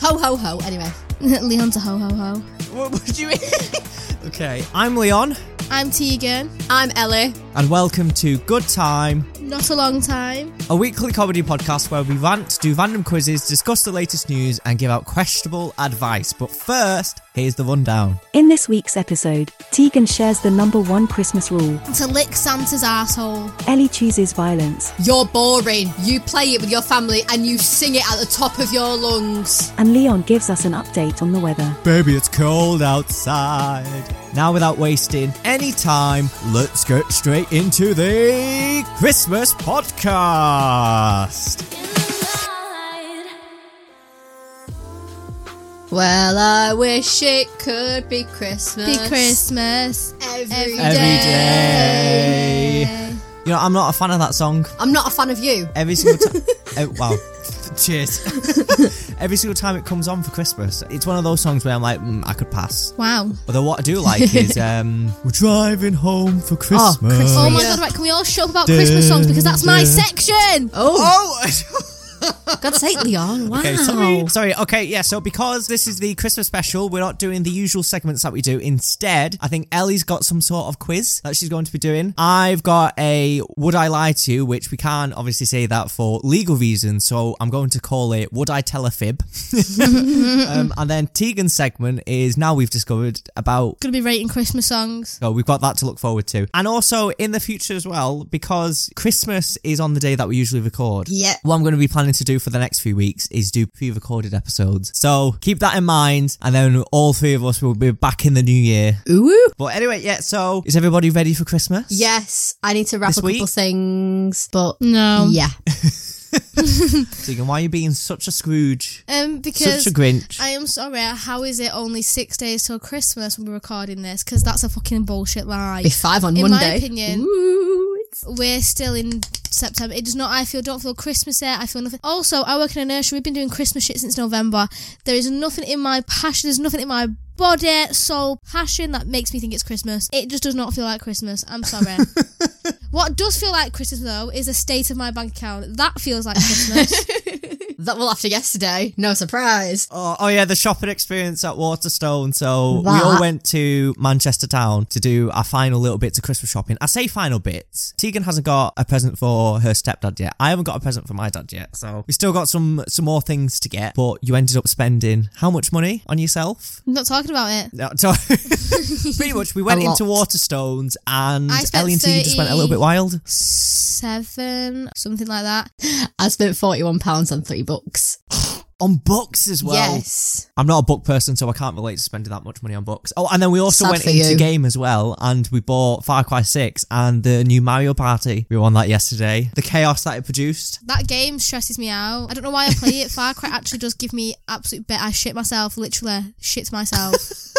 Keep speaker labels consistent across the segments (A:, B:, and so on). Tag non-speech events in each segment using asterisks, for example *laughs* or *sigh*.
A: ho ho. Anyway, *laughs* Leon's a ho ho ho.
B: What would you mean? okay, I'm Leon,
A: *laughs* I'm Tegan. I'm Ellie.
B: and welcome to Good Time,
A: Not a long time.
B: a weekly comedy podcast where we rant, do random quizzes, discuss the latest news, and give out questionable advice. But first, here's the rundown.
C: In this week's episode, Tegan shares the number one Christmas rule
A: To lick Santa's asshole.
C: Ellie chooses violence,
A: You're boring. You play it with your family and you sing it at the top of your lungs.
C: and Leon gives us an update on the weather.
B: Baby, it's cold outside. Now, without wasting any time, let's get straight into the Christmas podcast.
A: Well, I wish it could be Christmas.
D: Be Christmas.
A: every
B: Every day. You know, I'm not a fan of that song.
A: I'm not a fan of you.
B: Every single
A: *laughs*
B: time. oh, wow. Cheers. Every single time it comes on for Christmas, it's one of those songs where I'm like, mm, I could pass.
D: Wow.
B: Although what I do like
A: *laughs*
B: is, um, we're driving home for Christmas.
A: Christmas.
D: Oh my
A: Yeah.
D: god, right, can we all shut up about Christmas songs because that's my
B: Dun, dun.
D: section!
A: Oh,
B: Oh!
A: God's sake, Leon. Wow.
B: Okay, sorry. Sorry. Okay, yeah. So because this is the Christmas special, we're not doing the usual segments that we do. Instead, I think Ellie's got some sort of quiz that she's going to be doing. I've got a "Would I lie to," you, which we can't obviously say that for legal reasons. So I'm going to call it "Would I tell a fib?" *laughs* um, and then Tegan's segment is now we've discovered about
D: Gonna be rating Christmas songs.
B: so we've got that to look forward to. And also in the future as well, because Christmas is on the day that we usually record.
A: Yeah.
B: What I'm going to be planning to do for the next few weeks is do pre recorded episodes. So keep that in mind. And then all three of us will be back in the new year.
A: Ooh.
B: But anyway, yeah. So is everybody ready for Christmas?
A: Yes, I need to wrap
B: This
A: a couple
B: week?
A: things, but
D: No.
A: yeah.
B: Tegan, why are you being such a Scrooge?
D: Um, because
B: such a Grinch.
D: I am sorry, how is it only six days till Christmas when we're recording this? Because that's a fucking bullshit lie.
A: Be five on
D: In my
A: Monday.
D: opinion-
A: Ooh, it's-
D: We're still in September. It does not, I feel, don't feel Christmas yet. I feel nothing. Also, I work in a nursery. We've been doing Christmas shit since November. There is nothing in my passion, there's nothing in my body, soul, passion that makes me think it's Christmas. It just does not feel like Christmas. I'm
A: *laughs*
D: sorry. what does feel like Christmas, though, is the state of my bank account. That feels
A: *laughs*
D: like Christmas.
A: that will after yesterday. No surprise.
B: Oh, oh, yeah, the shopping experience at Waterstone. So we
A: That-
B: all went to Manchester Town to do our final little bits of Christmas shopping. I say final bits. Tegan hasn't got a present for her stepdad yet. I haven't got a present for my dad yet. So we still got some some more things to get. But you ended up spending how much money on yourself?
D: I'm not talking about it.
B: No,
A: *laughs*
B: *laughs* so- pretty much, we went
A: A lot.
B: into Waterstones and
D: I spent
B: Ellie and Tegan just went a little
D: 30.
B: bit wild.
D: Seven, something like that.
A: I spent forty-one pounds on three books.
B: On books as well.
A: yes.
B: I'm not a book person, so I can't relate to spending that much money on books. Oh, and then we also
A: Sad
B: went
A: for
B: into
A: you.
B: game as well, and we bought Far Cry 6 and the new Mario Party. We were on that yesterday. The chaos that it produced.
D: That game stresses me out. I don't know why I play it. Far Cry actually does give me absolute bet. I shit myself, literally shit myself.
B: *laughs*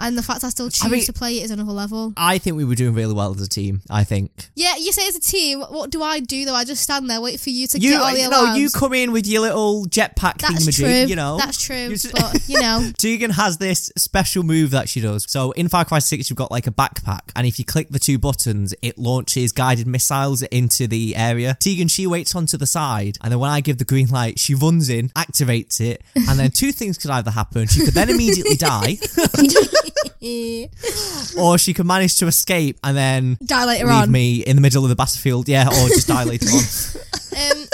D: and the fact I still choose
B: mean-
D: to play it is another level.
B: I think we were doing really well as a team. I think
D: Yeah, you say it's a team. What, what do I do though? I just stand there, wait for you to get all the
B: you know,
D: alarms.
B: you come in with your little jetpack
D: That's
B: thingamajig.
D: true.
B: You know,
D: That's true.
B: You s-
D: But you
B: *laughs*
D: know,
B: Tegan has this special move that she does. So in Far Cry 6, you've got like a backpack, and if you click the two buttons, it launches guided missiles into the area. Tegan, she waits onto the side, and then when I give the green light, she runs in, activates it, and then two things could either happen. She could then immediately die,
D: *laughs* eh,
B: or she could manage to escape and then
D: die later
B: leave
D: on.
B: me in the middle of the battlefield. Yeah, or just die later on.
D: Um,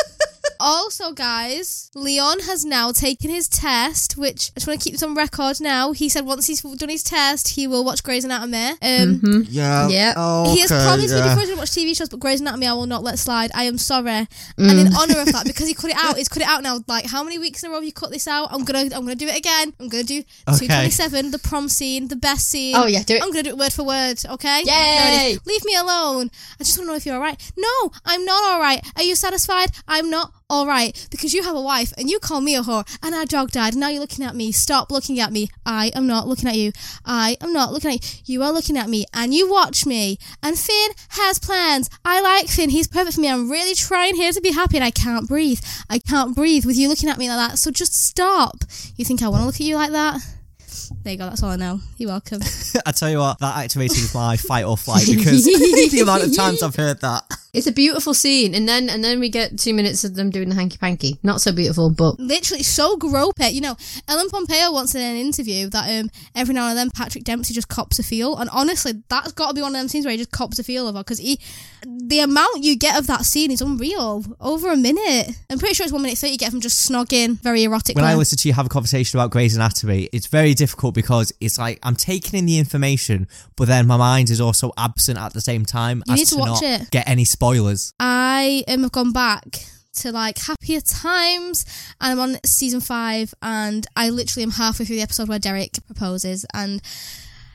D: also, guys, Leon has now taken his test, which I just want to keep this on record now. He said once he's done his test, he will watch Grey's Anatomy. Um,
B: Mm-hmm. Yeah.
A: Yeah.
B: Oh,
D: He has promised me before he's going to watch TV shows, but Grey's Anatomy I will not let slide. I am sorry. And in honour of that, because he cut it out, he's cut it out now. Like how many weeks in a row have you cut this out? I'm gonna, I'm gonna do it again. I'm gonna do
B: Okay.
D: 227, the prom scene, the best scene.
A: Oh, yeah, do it.
D: I'm gonna do it word for word. Okay.
A: Yay!
D: There it is. Leave me alone. I just want to know if you're all right. No, I'm not all right. Are you satisfied? I'm not all right because you have a wife and you call me a whore and our dog died. Now you're looking at me. Stop looking at me. I am not looking at you. I am not looking at you. You are looking at me and you watch me. And Finn has plans. I like Finn. He's perfect for me. I'm really trying here to be happy and I can't breathe. I can't breathe with you looking at me like that. So just stop. You think I want to look at you like that? There you go. That's all I know. You're welcome. *laughs*
B: *laughs* I tell you what, that activated my fight or flight because the amount of times I've heard that.
E: It's a beautiful scene, and then and then we get two minutes of them doing the hanky panky. Not so beautiful, but
D: literally so grope it. You know, Ellen Pompeo once in an interview that um every now and then Patrick Dempsey just cops a feel, and honestly, that's got to be one of them scenes where he just cops a feel of her because he, the amount you get of that scene is unreal. Over a minute, I'm pretty sure it's one minute thirty. You get from just snogging, very erotic.
B: when I
D: man.
B: listen to you have a conversation about Grey's Anatomy, it's very difficult because it's like I'm taking in the information, but then my mind is also absent at the same time.
D: You
B: as
D: need to watch
B: not
D: it.
B: Get any spoilers?
D: I um, have gone back to like happier times and I'm on season five and I literally am halfway through the episode where Derek proposes and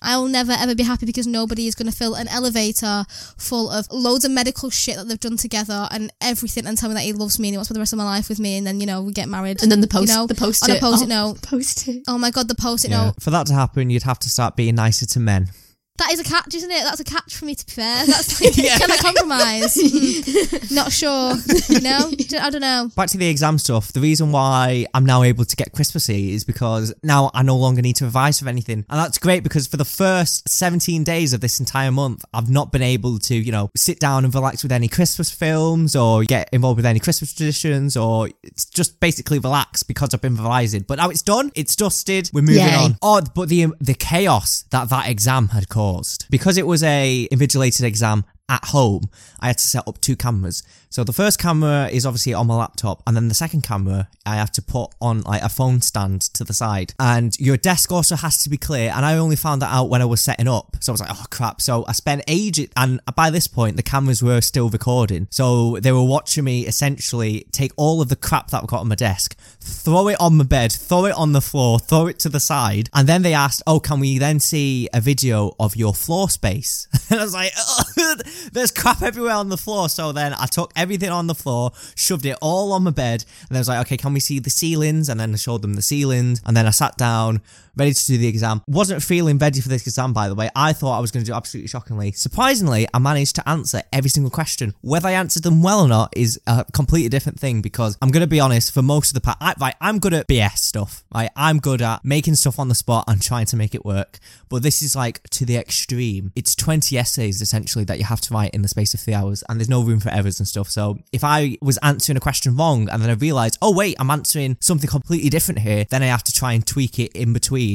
D: I'll never ever be happy because nobody is going to fill an elevator full of loads of medical shit that they've done together and everything and tell me that he loves me and he wants to spend the rest of my life with me and then you know we get married
E: and then the post
D: you know,
E: the post
D: on a post-it note
E: post it.
D: oh my god the post-it
B: Yeah.
D: note
B: For that to happen, you'd have to start being nicer to men.
D: that is a catch isn't it that's a catch for me to be fair that's
E: *laughs*
D: like can I compromise Mm, not sure you know I don't know
B: Back to the exam stuff. The reason why I'm now able to get Christmassy is because now I no longer need to revise for anything. And that's great because for the first 17 days of this entire month, I've not been able to, you know, sit down and relax with any Christmas films or get involved with any Christmas traditions or it's just basically relax because I've been revising. But now it's done. It's dusted. We're moving
E: Yay.
B: on. Oh, but the the chaos that that exam had caused because it was a invigilated exam at home. I had to set up two cameras. So the first camera is obviously on my laptop, and then the second camera I have to put on like a phone stand to the side. And your desk also has to be clear. And I only found that out when I was setting up. So I was like, oh crap. So I spent ages, and by this point the cameras were still recording. So they were watching me essentially take all of the crap that I got on my desk, throw it on my bed, throw it on the floor, throw it to the side. And then they asked, Oh, can we then see a video of your floor space? *laughs* And I was like, "Ugh, *laughs* There's crap everywhere on the floor. So then I took everything on the floor, shoved it all on my bed. And I was like, Okay, can we see the ceilings? And then I showed them the ceilings. And then I sat down, ready to do the exam. Wasn't feeling ready for this exam, by the way. I thought I was going to do absolutely shockingly. Surprisingly, I managed to answer every single question. Whether I answered them well or not is a completely different thing because I'm going to be honest, for most of the part, I, right, I'm good at BS stuff. Right? I'm good at making stuff on the spot and trying to make it work. But this is like to the extreme. It's 20 essays essentially that you have to write in the space of three hours and there's no room for errors and stuff. So if I was answering a question wrong and then I realized, oh, wait, I'm answering something completely different here, then I have to try and tweak it in between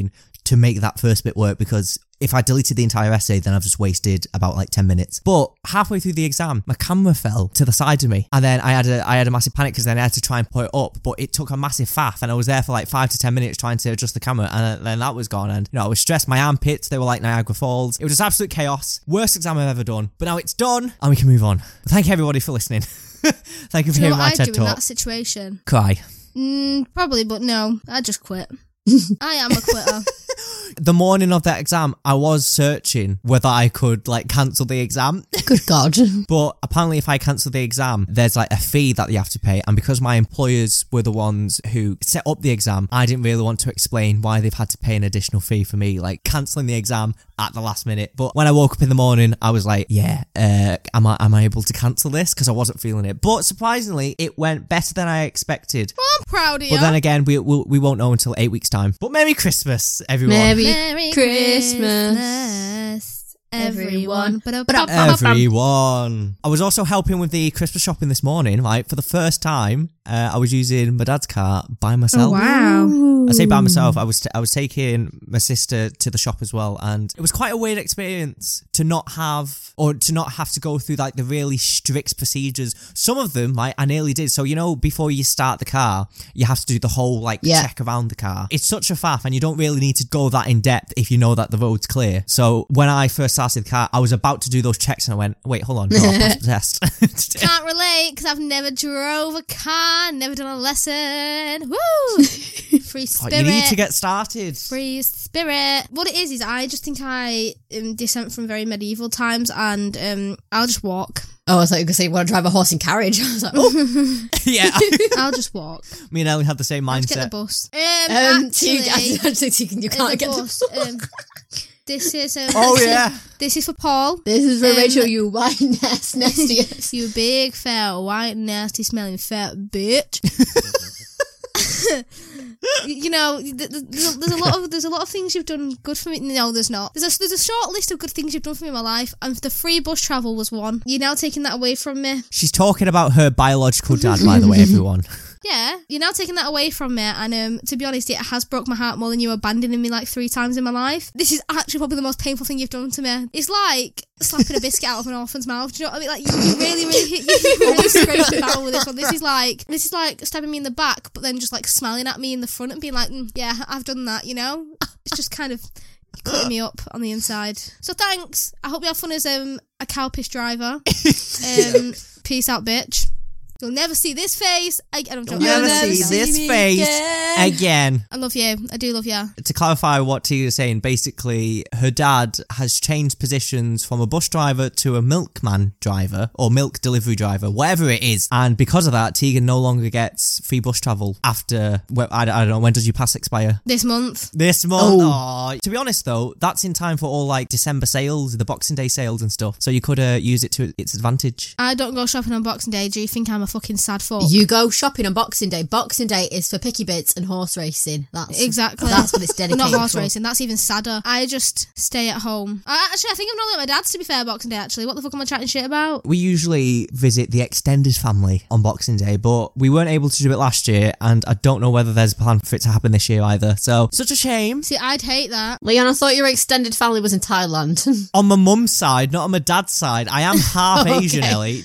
B: to make that first bit work because if I deleted the entire essay, then I've just wasted about like 10 minutes. But halfway through the exam, my camera fell to the side of me. And then I had a, I had a massive panic because then I had to try and put it up, but it took a massive faff. And I was there for like five to 10 minutes trying to adjust the camera. And then that was gone. And you know, I was stressed. My armpits, they were like Niagara Falls. It was just absolute chaos. Worst exam I've ever done. But now it's done and we can move on. Thank you everybody for listening. *laughs* Thank you for
D: Do you know
B: hearing my
D: what I'd do
B: TED
D: in
B: talk.
D: that situation?
B: Cry.
D: Mm, probably, but no, I'd just
B: *laughs*
D: quit. I am a quitter.
B: The morning of that exam, I was searching whether I could like cancel the exam.
E: Good God. *laughs*
B: But apparently, if I cancel the exam, there's like a fee that you have to pay. And because my employers were the ones who set up the exam, I didn't really want to explain why they've had to pay an additional fee for me, like cancelling the exam at the last minute. But when I woke up in the morning, I was like, yeah, uh, am I am I able to cancel this? Because I wasn't feeling it. But surprisingly, it went better than I expected.
D: I'm proud of you.
B: But then again, we, we we won't know until eight weeks time. But Merry Christmas, everyone.
E: Merry,
D: Merry
E: Christmas.
D: Christmas,
E: everyone.
D: everyone.
B: *laughs* uh,
D: Ba-da-ba-ba-ba.
B: Everyone. I was also helping with the Christmas shopping this morning, right? For the first time, uh, I was using my dad's car by myself.
D: Oh, Wow.
B: I say by myself. I was t- I was taking my sister to the shop as well, and it was quite a weird experience to not have or to not have to go through like the really strict procedures. Some of them, like I nearly did. So you know, before you start the car, you have to do the whole like
E: Yeah.
B: check around the car. It's such a faff, and you don't really need to go that in depth if you know that the road's clear. So when I first started the car, I was about to do those checks, and I went, "Wait, hold on, no,
D: *laughs*
B: I passed the *laughs* test."
D: Can't relate because I've never drove a car, never done a lesson.
E: *laughs*
D: Woo! Free
B: Like,
D: spirit.
B: Oh, you need to get started.
D: free spirit. What it is is I just think I um, descent from very medieval times, and um, I'll just walk.
E: Oh, I thought you were going to say, want to drive a horse and carriage? *laughs* I was like, oh,
B: *laughs*
D: *laughs*
B: yeah,
D: I'll just walk.
B: me and Ellie had the *laughs* same
D: Just get the
B: mindset.
D: bus. Um,
E: um,
D: actually,
E: you, *laughs* I, I think you, can, you
D: uh,
E: can't
D: the
E: get
D: bus,
E: the
D: um, this is um,
B: Oh
D: *laughs*
B: yeah.
D: This is for Paul.
E: This is for
D: Um,
E: Rachel, you white
D: *laughs*
E: nest nastiest.
D: You big fat white nasty smelling fat bitch. *laughs* you know, th- th- there's a, there's a lot of there's a lot of things you've done good for me. No, there's not. There's a, there's a short list of good things you've done for me in my life, and the free bus travel was one. You're now taking that away from me.
B: She's talking about her biological dad, by
E: *laughs*
B: the way, everyone.
D: Yeah, you're now taking that away from me, and um, to be honest, it has broke my heart more than you abandoning me like three times in my life. This is actually probably the most painful thing you've done to me. It's like slapping a biscuit out of an orphan's mouth. Do you know what I mean? Like you you really, really, hit- you really scraped the barrel with this one. This is like this is like stabbing me in the back, but then just like smiling at me in the front and being like, "Mm, "Yeah, I've done that," you know. It's just kind of cutting me up on the inside. So thanks. I hope you have fun as um, a cow piss
E: *laughs*
D: driver. Um, peace out, bitch. You'll never see this face. I, I don't
B: You
E: You'll
B: ever
E: never
B: see
E: see
B: this
E: me
B: face
E: again.
B: again.
D: I love you. I do love you.
B: To clarify what T is saying, basically, her dad has changed positions from a bus driver to a milkman driver or milk delivery driver, whatever it is. And because of that, Tegan no longer gets free bus travel after, well, I, I don't know, when does your pass expire?
D: This month.
B: This
E: Oh.
B: month. Aw. To be honest, though, that's in time for all like December sales, the Boxing Day sales and stuff. So you could uh, use it to its advantage.
D: I don't go shopping on Boxing Day. Do you think I'm a fucking sad fuck?
E: You go shopping on Boxing Day. Boxing Day is for picky bits and horse racing. That's
D: Exactly.
E: That's what it's
D: We're *laughs*
E: dedicated.
D: Not horse
E: for.
D: racing. That's even sadder. I just stay at home. I, actually, I think I'm not like my dad's. To be fair, Boxing Day. Actually, what the fuck am I chatting shit about?
B: We usually visit the extended family on Boxing Day, but we weren't able to do it last year, and I don't know whether there's a plan for it to happen this year either. So, such a shame.
D: See, I'd hate that.
E: Leon, I thought your extended family was in Thailand. *laughs*
B: On my mum's side, not on my dad's side, I am half
E: Okay.
B: Asian, Ellie.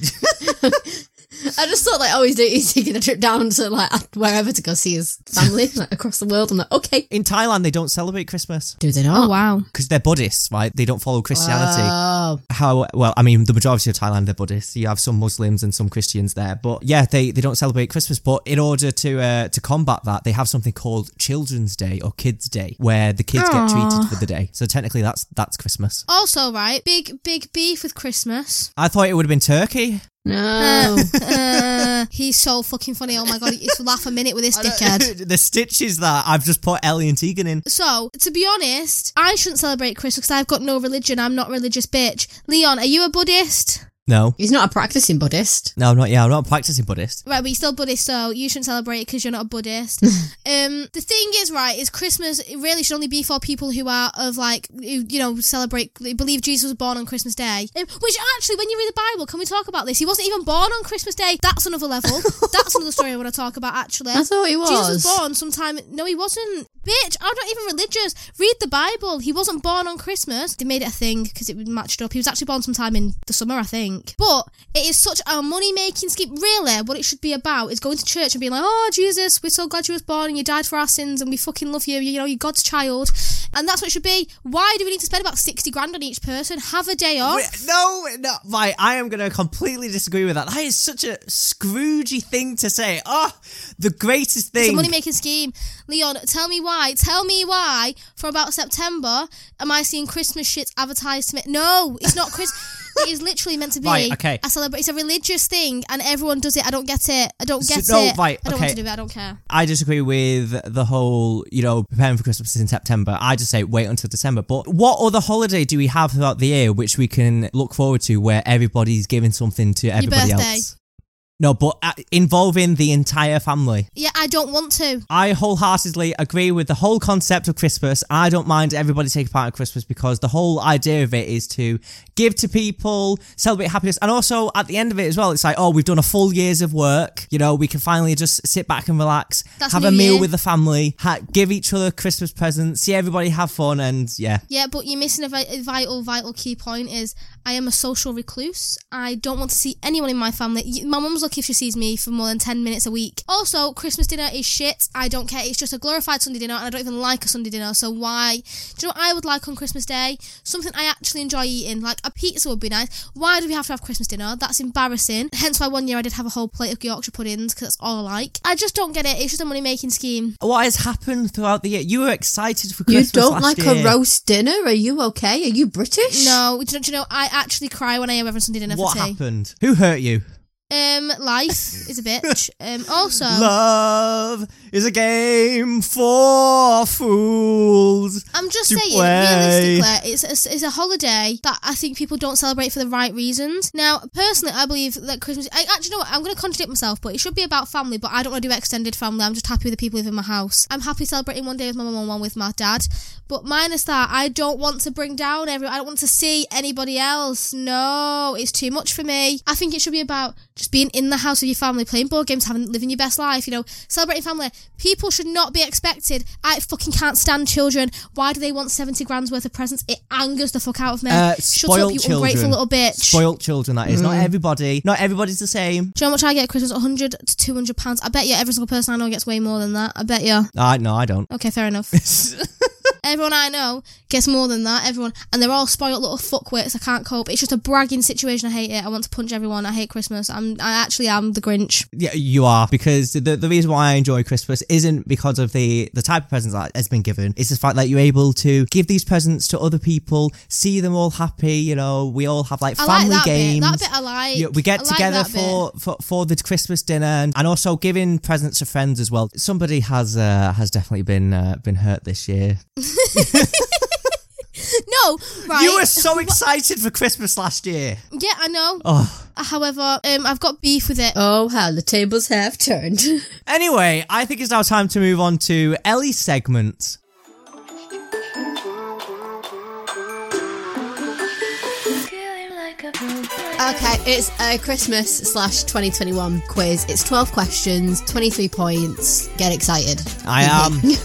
E: I just thought like, oh, he's, doing, he's taking a trip down to like wherever to go see his *laughs* family, like across the world. I'm like, okay,
B: In Thailand, they don't celebrate Christmas
E: do they not?
D: Oh wow.
B: because they're Buddhists, right? They don't follow Christianity.
E: Oh,
B: how well i mean the majority of thailand they're buddhists you have some muslims and some christians there but yeah they, they don't celebrate christmas but in order to uh, to combat that they have something called children's day or kids day where the kids get treated for the day so technically that's that's christmas
D: Also, right, big big beef with Christmas.
B: i thought it would have been turkey *laughs*
E: no.
D: Uh, *laughs* he's so fucking funny. Oh my god, it's laugh a minute with this
B: *laughs*
D: dickhead.
B: the stitches that i've just put ellie and tegan in
D: So, to be honest, I shouldn't celebrate Christmas because I've got no religion. I'm not a religious, bitch. Leon, are you a Buddhist?
B: no
E: *laughs* He's not a practicing Buddhist.
B: no i'm not yeah i'm not a practicing buddhist
D: Right, but you're still Buddhist, so you shouldn't celebrate because you're not a Buddhist. um, the thing is, right, is Christmas it really should only be for people who are of like, who, you know, celebrate, who believe Jesus was born on Christmas Day. Um, which actually, when you read the Bible, can we talk about this? He wasn't even born on Christmas Day. That's another level. That's another story I want to talk about, actually.
E: I thought he was.
D: Jesus was born sometime. No, he wasn't. Bitch, I'm not even religious. Read the Bible. He wasn't born on Christmas. They made it a thing because it matched up. He was actually born sometime in the summer, I think. But it is such a money making scheme. Really, what it should be about is going to church and being like, oh, Jesus, we're so glad you was born and you died for our sins and we fucking love you. You know, you're God's child. And that's what it should be. Why do we need to spend about 60 grand on each person? Have a day off.
B: Wait, no, no, right. I am going to completely disagree with that. That is such a Scroogey thing to say. Oh, the greatest thing.
D: It's a money making scheme. Leon, tell me why. Tell me why. For about September, am I seeing Christmas shit advertised to me? No, it's not
B: *laughs*
D: Chris. it is literally meant to be.
B: Right, okay.
D: I celebrate. It's a religious thing, and everyone does it. I don't get it. I don't
B: So-
D: get
B: no,
D: it.
B: right,
D: I don't
B: okay.
D: want to do it. I don't care.
B: I disagree with the whole, you know, preparing for Christmas in September. I just say wait until December. But what other holiday do we have throughout the year which we can look forward to where everybody's giving something to everybody
D: birthday.
B: else? No, but uh, involving the entire family.
D: Yeah, I don't want to.
B: I wholeheartedly agree with the whole concept of Christmas. I don't mind everybody taking part in Christmas because the whole idea of it is to give to people, celebrate happiness, and also at the end of it as well, it's like, oh, we've done a full year's of work. You know, we can finally just sit back and relax,
D: That's
B: have
D: New
B: a meal
D: Year.
B: with the family, ha- give each other Christmas presents, see everybody have fun, and yeah.
D: Yeah, but you're missing a, vi- a vital, vital key point. Is I am a social recluse. I don't want to see anyone in my family. Y- My mum's lucky if she sees me for more than ten minutes a week. Also, Christmas dinner is shit. I don't care. It's just a glorified Sunday dinner, and I don't even like a Sunday dinner. So why? Do you know what I would like on Christmas Day? Something I actually enjoy eating, like a pizza would be nice. Why do we have to have Christmas dinner? That's embarrassing. Hence why one year I did have a whole plate of Yorkshire puddings because that's all I like. I just don't get it. It's just a money making scheme.
B: What has happened throughout the year? You were excited for
E: You
B: Christmas.
E: don't
B: last
E: like a
B: year.
E: roast dinner? Are you okay? Are you British?
D: No, do you know- do you know? I actually cry when I have every Sunday dinner
B: What
D: for tea.
B: happened? Who hurt you?
D: Um, life is a bitch. Um,
B: *laughs*
D: also,
B: Love is a game for fools.
D: I'm just
B: to
D: saying,
B: play.
D: realistically, it's a, it's a holiday that I think people don't celebrate for the right reasons. Now, personally, I believe that Christmas. I, actually, you know what? I'm going to contradict myself, but it should be about family. But I don't want to do extended family. I'm just happy with the people within my house. I'm happy celebrating one day with my mum and one with my dad. But minus that, I don't want to bring down everyone. I don't want to see anybody else. No, it's too much for me. I think it should be about just being in the house with your family, playing board games, having living your best life. You know, celebrating family. People should not be expected. I fucking can't stand children. Why do they want seventy grand's worth of presents? It angers the fuck out of me.
B: Uh,
D: Shut up,
B: spoiled
D: you
B: children.
D: ungrateful little bitch. Mm.
B: Spoiled children, that is. Not everybody. Not everybody's the same.
D: do you know how much I get at Christmas? 100 to 200 pounds. I bet you every single person I know gets way more than that. I bet you.
B: I Ah, no, I don't.
D: Okay, fair
B: *laughs*
D: enough. Everyone I know gets more than that. Everyone, and they're all spoiled little fuckwits. I can't cope. It's just a bragging situation. I hate it. I want to punch everyone. I hate Christmas. I'm, I actually am the Grinch.
B: Yeah, you are because the, the reason why I enjoy Christmas isn't because of the the type of presents that has been given. It's the fact that you're able to give these presents to other people, see them all happy. You know, we all have like
D: I like
B: family
D: that bit.
B: games.
D: That bit I like.
B: Yeah, we get
D: I like
B: together
D: that
B: for, for for the Christmas dinner and, and also giving presents to friends as well. Somebody has uh, has definitely been uh, been hurt this year.
D: No, right.
B: You
D: *laughs*
B: were so excited for Christmas last year.
D: yeah, I know.
B: Oh.
D: However, um, I've got beef with it.
E: Oh, how the tables have turned. *laughs*
B: Anyway, I think it's now time to move on to Ellie's segment.
E: Okay, it's a Christmas slash 2021 quiz. It's 12 questions, 23 points. Get excited.
B: I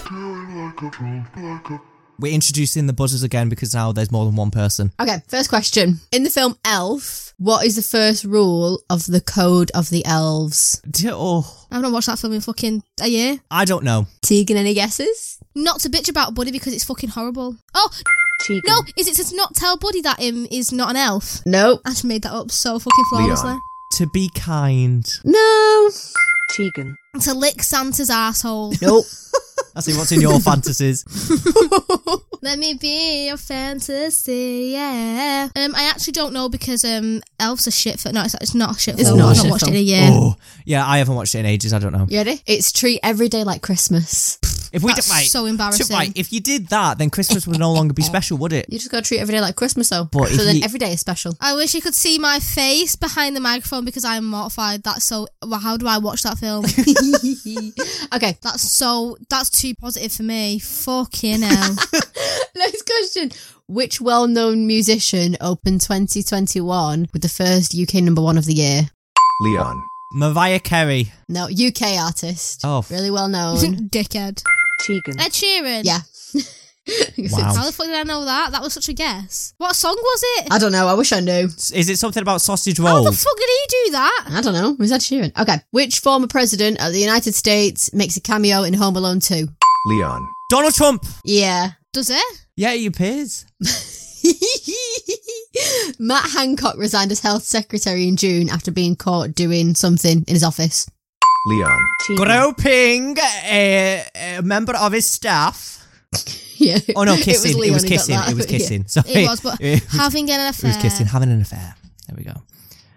D: *laughs*
B: am. We're introducing the buzzers again because now there's more than one person.
E: Okay, first question. In the film Elf, what is the first rule of the Code of the Elves?
B: D- Oh,
D: I've not watched that film in fucking a year.
B: I don't know.
E: Tegan, any guesses?
D: Not to bitch about Buddy because it's fucking horrible. Oh
C: Tegan.
D: no, is it to not tell Buddy that him is not an elf?
E: Nope.
D: I just made that up so fucking flawlessly.
B: To be kind.
E: No.
C: Tegan.
D: To lick Santa's asshole.
B: *laughs*
E: *laughs* Nope.
B: I see what's in your fantasies.
D: Let me be your fantasy, yeah. Um, I actually don't know because um, elves are shit. For no, it's, it's not a shit.
E: It's
D: film.
E: not
D: *laughs*
E: a
D: I've
E: shit
D: not watched
E: film.
D: it in a year.
B: Oh, yeah, I haven't watched it in ages. I don't know.
E: you ready? It's treat every day like Christmas.
B: If we
D: That's
B: did, right,
D: so
B: to-
D: embarrassing.
B: right, if you did that, then Christmas would no
D: *laughs*
B: longer be special, would it?
E: You just gotta treat every day like Christmas, though.
B: But
E: so
B: if
E: then
B: you-
E: every day is special. *laughs*
D: I wish you could see my face behind the microphone because I'm mortified. That's so. Well, how do I watch that film?
E: okay,
D: that's so. That's too positive for me.
E: *laughs*
D: Fucking hell.
E: next question. Which well known musician opened 2021 with the first UK number one of the year?
F: Leon.
B: Mariah Carey.
E: No, UK artist.
B: Oh.
E: Really
B: *laughs*
E: well known.
D: *laughs* Dickhead.
C: Tegan.
D: Ed Sheeran.
E: yeah. *laughs*
B: Wow.
D: How the fuck did I know that? That was such a guess. What song was it?
E: I don't know. I wish I knew.
B: Is it something about sausage
D: How the
B: rolls?
D: fuck did he do that?
E: I don't know. Was that Sheeran? Okay. Which former president of the United States makes a cameo in Home Alone 2?
F: Leon.
B: Donald Trump.
E: Yeah. *laughs*
D: Does it?
B: Yeah, he appears.
E: Matt Hancock resigned as health secretary in June after being caught doing something in his office. *laughs*
F: Leon.
C: Tegan.
B: Groping a, a member of his staff.
E: Yeah.
D: *laughs*
B: Oh no,
E: It
B: kissing. It
E: Leon
B: was,
E: who got
B: kissing.
E: that.
B: It was
E: *laughs* Yeah.
B: kissing. Sorry.
D: It was,
E: *laughs*
D: but
B: *laughs*
D: uh,
B: It was-
D: having an
B: it
D: affair.
B: was kissing, having an affair. There we go.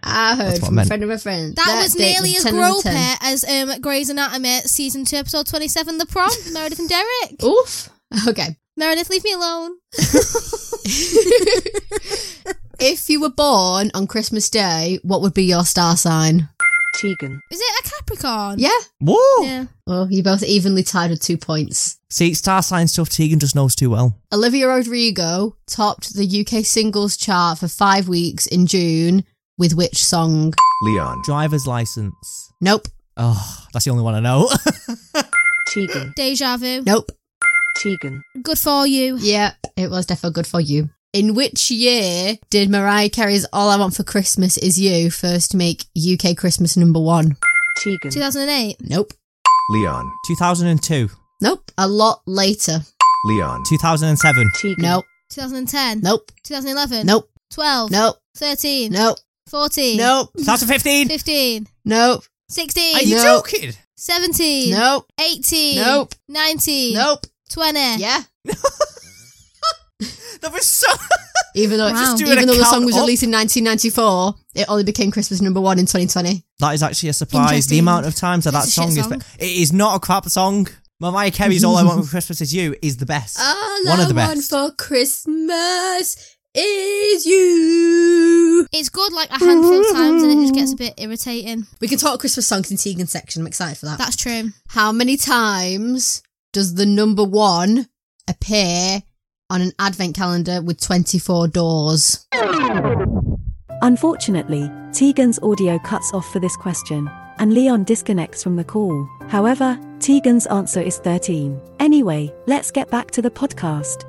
E: I heard
B: That's what I
E: from a
B: meant.
E: friend of a friend.
D: That, was
E: date
D: nearly as
E: 10 out of 10.
D: groper as um, Grey's Anatomy season two, episode twenty-seven, The
E: *laughs*
D: Prom. Meredith and Derek.
E: Oof. Okay.
D: Meredith, leave me alone.
E: If you were born on Christmas Day, what would be your star sign?
C: Tegan.
D: Is it a Capricorn?
E: Yeah.
B: Whoa.
D: Yeah.
E: Well, you're both evenly tied with two points.
B: See, star sign stuff Tegan just knows too well.
E: Olivia Rodrigo topped the UK singles chart for five weeks in June with which song?
F: Leon.
B: Driver's license.
E: Nope.
B: Oh, that's the only one I know. *laughs*
C: Tegan.
D: Deja vu.
E: Nope.
C: Tegan.
D: Good for you.
E: Yeah, it was definitely good for you. In which year did Mariah Carey's All I Want for Christmas Is You first make UK Christmas number one?
C: Tegan.
D: Two thousand and eight.
E: Nope.
F: Leon.
B: 2002,
E: Nope. A lot later.
F: Leon.
B: 2007,
C: Tegan.
E: Nope.
D: Two thousand and ten.
E: Nope.
D: Two thousand eleven.
E: Nope.
D: Twelve.
E: Nope.
D: Thirteen.
E: Nope.
D: Fourteen.
E: Nope.
B: 2015.
D: Fifteen.
E: Nope.
D: Sixteen.
B: Are you
E: No.
B: joking?
D: Seventeen.
E: Nope.
D: Eighteen.
E: Nope.
D: Nineteen.
E: Nope.
D: Twenty.
E: Yeah.
B: That was so. *laughs*
E: Even though,
D: Wow. Just
B: do an
E: even though the
B: account
E: song was
B: up.
E: released in 1994, it only became Christmas number one in 2020.
B: That is actually a surprise. The
D: Interesting.
B: amount of times that that
D: That's a
B: song,
D: shit
B: is.
D: song.
B: It is not a crap song. Mariah Carey's "All
D: *laughs*
B: I Want for Christmas Is You" is the best.
D: Ah,
E: All
B: One
E: I
B: of the
E: want
B: best.
E: for Christmas is you.
D: It's good like a handful of times and it just gets a bit irritating.
E: We can talk Christmas songs in Tegan section. I'm excited for that.
D: That's true.
E: How many times does the number one appear on an advent calendar with 24 doors?
C: Unfortunately, Tegan's audio cuts off for this question, and Leon disconnects from the call. However, Tegan's answer is 13. Anyway, let's get back to the podcast.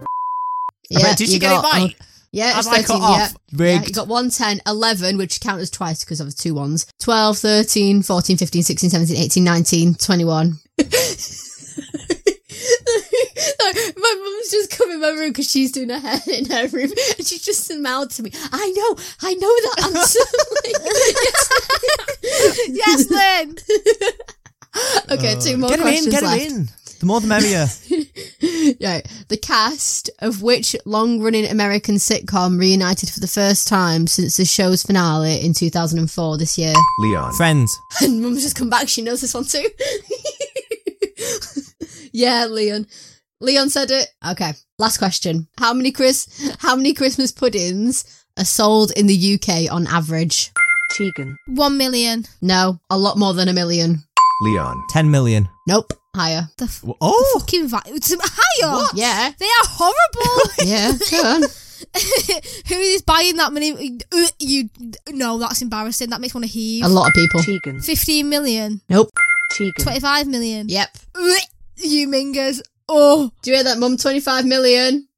B: I bet- did you, get
E: got-
B: it right?
E: oh, yeah,
B: Have
E: it's
B: I
E: 13,
B: cut off?
E: yeah. Yeah,
B: Rigged.
E: you got 1, 10, 11, which count as twice because of the two ones. 12, 13, 14, 15, 16, 17, 18, 19, *laughs* 21. Sorry, my mum's just come in my room because she's doing her hair in her room and she just smiled to me. I know, I know that
B: *laughs*
E: answer. *laughs*
D: Yes, Lynn.
E: okay, two more
B: Oh. Get him
E: questions
B: in, get
E: left. *laughs*
B: him in. The more the merrier.
D: *laughs*
E: Yeah, the cast of which long-running American sitcom reunited for the first time since the show's finale in 2004 this year?
F: Leon,
B: Friends.
E: And Mum's just come back. She knows this one too. *laughs* yeah, Leon. Leon said it. Okay. Last question. How many Chris? How many Christmas puddings are sold in the UK on average?
C: Tegan.
D: *laughs* One million.
E: No, a lot more than a million.
F: Leon,
B: 10 million.
E: Nope, higher.
D: The f-
B: Oh!
D: fucking vi- *laughs* it's higher.
E: Yeah.
D: They are horrible. *laughs*
E: Yeah. go on.
D: Who is buying that many? Uh, You no, that's embarrassing. That makes me want to heave.
E: a lot of people.
C: Tegan.
D: Fifteen million.
E: Nope.
C: Tegan.
D: Twenty-five million.
E: Yep.
D: Uh, You mingers. Oh,
E: Do you hear that, Mum? Twenty-five million.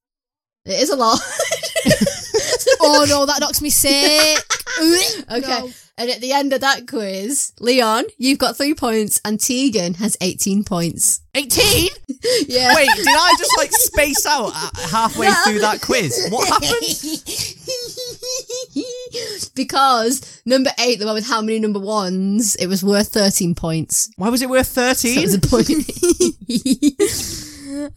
E: It is a lot. *laughs*
D: oh no, that knocks me sick. Uh,
E: Okay.
D: no.
E: And at the end of that quiz, Leon, you've got three points, and Tegan has eighteen points.
B: 18?
E: *laughs* Yeah.
B: Wait, did I just like space out a- halfway
E: No.
B: through that quiz? What happened?
E: *laughs* because number eight, the one with how many number ones, it was worth 13 points.
B: Why was it worth
E: That
B: 13?
E: was a *laughs* point.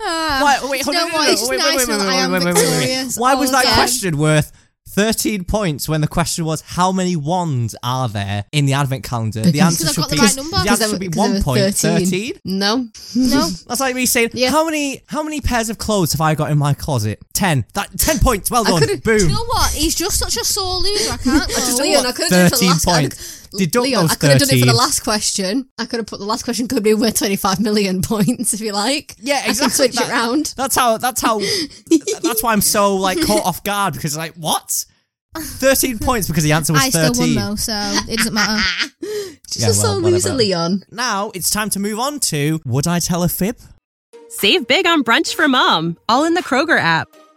D: Ah,
B: Why, wait, hold on,
D: don't
B: no, no,
D: worry,
B: no,
D: it's just
B: wait, wait,
D: nice
B: wait,
D: knowing
B: wait,
D: I am
B: wait, wait, wait, wait.
D: victorious
B: Why was
D: all
B: that
D: day.
B: question worth 13 points when the question was how many wands are there in the advent calendar? the
E: Because-
B: answer
D: Because I've
B: should
D: got
B: be,
D: the right number.
B: the
D: Because
B: answer
E: there
B: should
E: were-
B: be
E: because there were
B: 1.13.
E: no.
D: no,
B: That's like me saying,
E: Yeah.
B: how many how many pairs of clothes have I got in my closet? Ten. That ten points. Well done.
E: could've-
B: Boom.
D: you know what? He's just such a sore loser. I can't. I
E: Just
D: know.
E: *laughs* Leon, I could have done it for
B: 13
E: the last
B: points.
E: I,
B: Deduct
E: Leon,
B: those
E: I could have done it for the
B: 13.
E: last question. I could have put the last question could be worth 25 million *laughs* points if you like.
B: Yeah,
E: I can
B: exactly.
E: switch
B: That-
E: it round.
B: That's how. That's
E: *laughs*
B: how. that's why I'm so like caught off guard because like what?
E: *laughs*
B: Thirteen points because the answer was
D: I still won
B: thirteen.
D: though, so it doesn't matter.
B: *laughs* *laughs*
E: Just
B: Yeah,
E: a sole
B: well, whatever.
E: loser, Leon.
B: Now it's time to move on to would I tell a fib?
G: Save big on brunch for mom, all in the Kroger app.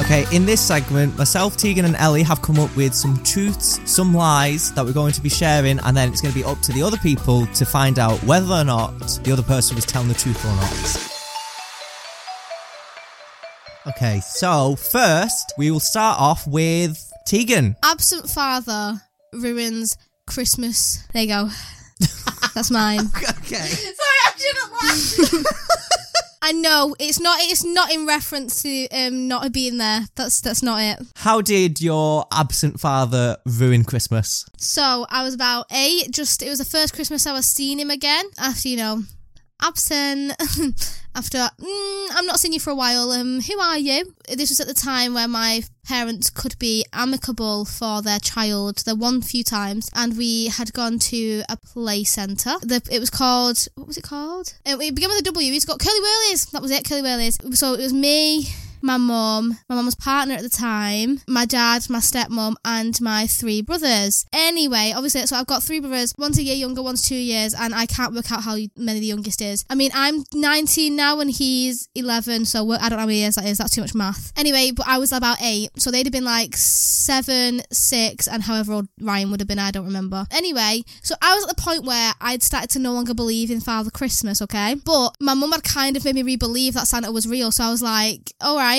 B: Okay, in this segment, myself, Tegan, and Ellie have come up with some truths, some lies that we're going to be sharing, and then it's going to be up to the other people to find out whether or not the other person was telling the truth or not. Okay, so first, we will start off with Tegan.
D: Absent father ruins Christmas. There you go. That's mine.
B: Okay.
D: I know it's not. It's not in reference to um not being there. That's that's not it.
B: How did your absent father ruin Christmas?
D: So I was about eight. Just it was the first Christmas I was seeing him again after you know absent. *laughs* after mm, I'm not seeing you for a while. Um, who are you? This was at the time where my parents could be amicable for their child. There one few times, and we had gone to a play centre. The, it Uh, was called what was it called? It, it began with a W. It's got curly whirlies. That was it. Curly whirlies. So it was me. my mum, my mum's partner at the time, my dad, my stepmom, and my three brothers. Anyway, obviously, so I've got three brothers. One's a year younger, one's two years, and I can't work out how many the youngest is. I mean, I'm 19 now and he's 11, so we're- I don't know how many years that is. That's too much math. Anyway, but I was about eight, so they'd have been like seven, six, and however old Ryan would have been, I don't remember. Anyway, so I was at the point where I'd started to no longer believe in Father Christmas, okay? But my mum had kind of made me re believe that Santa was real, so I was like, all right.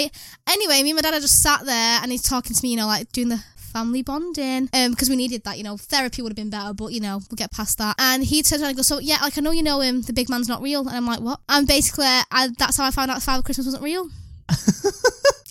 D: Anyway, me and my dad are just sat there and he's talking to me, you know, like doing the family bonding um because we needed that you know therapy would have been better but you know we'll get past that and he turns around and goes so yeah like i know you know him the big man's not real and i'm like what and basically I, that's how i found out father christmas wasn't real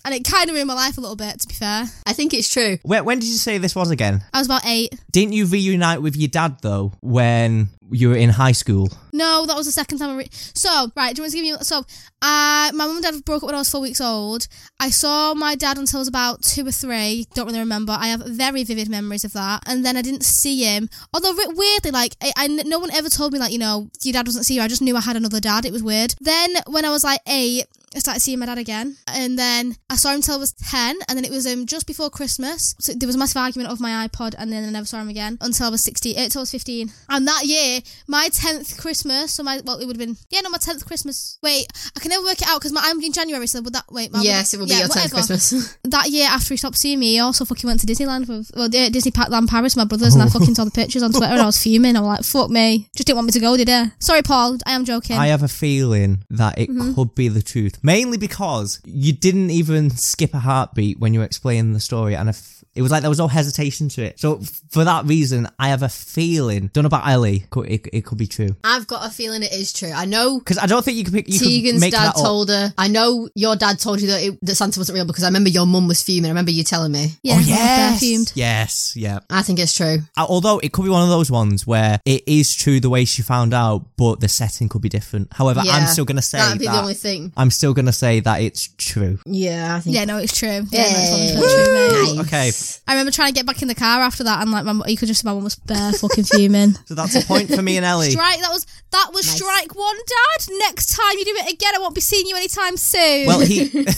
D: and it kind of ruined my life a little bit to be fair
E: I think it's true.
B: When, when did you say this was again?
D: i was about eight
B: Didn't you reunite with your dad though when you were in high school?
D: No, that was the second time I re- So, right, do you want to give you so uh my mum and dad broke up when I was four weeks old. I saw my dad until I was about two or three, don't really remember. I have very vivid memories of that. And then I didn't see him. Although re- weirdly, like I, I- no one ever told me like, you know, your dad doesn't see you. I just knew I had another dad. It was weird. Then when I was like eight, I started seeing my dad again, and then I saw him till I was ten, and then it was um, just before Christmas. So there was a massive argument over my iPod, and then I never saw him again until I was sixteen. Uh, till I was fifteen, and that year, my tenth Christmas, so my well, it would have been yeah, no, my tenth Christmas. Wait, I can never work it out because my I'm in January, so would that wait? My,
E: Yes, it will be
D: yeah,
E: your tenth
D: whatever.
E: Christmas.
D: That year after he stopped seeing me, he also fucking went to Disneyland with well, yeah, Disney Disneyland Paris, with my brothers,
E: *laughs*
D: and I fucking saw the pictures on Twitter, and I was fuming. I was like, fuck me, just didn't want me to go, did he? Sorry, Paul, I am joking.
B: I have a feeling that it
E: Mm-hmm.
B: could be the truth, mainly because you didn't even skip a heartbeat when you were explaining the story, and if it was like there was no hesitation to it. So f- for that reason, I have a feeling. Don't know about Ellie. Could, it, it could be true
E: *laughs* I've got a feeling it is true. I know
B: because I don't think you could pick. You could
E: Tegan's
B: make
E: dad
B: that up.
E: told her. I know your dad told you that, it, that Santa wasn't real because I remember your mum was fuming. I remember you telling me.
D: yeah,
B: Oh
D: I was
B: yes,
D: fumed.
B: yes, yeah.
E: I think it's true.
B: Uh, Although it could be one of those ones where it is true the way she found out, but the setting could be different. However,
E: Yeah.
B: I'm still gonna say
E: That'd be
B: that-
E: the only thing.
B: I'm still gonna say that it's true.
E: Yeah, I think.
D: Yeah, no, it's true. Yeah, no, it's
E: Hey.
D: 100% true, mate.
E: Nice.
B: Okay,
D: I remember trying to get back in the car after that, and like my mum- you could just my mum was bare fucking fuming.
B: so that's a point for me and Ellie.
D: Strike that was that was strike one, Dad. Next time you do it again, I won't be seeing you anytime soon.
B: Well, he. *laughs*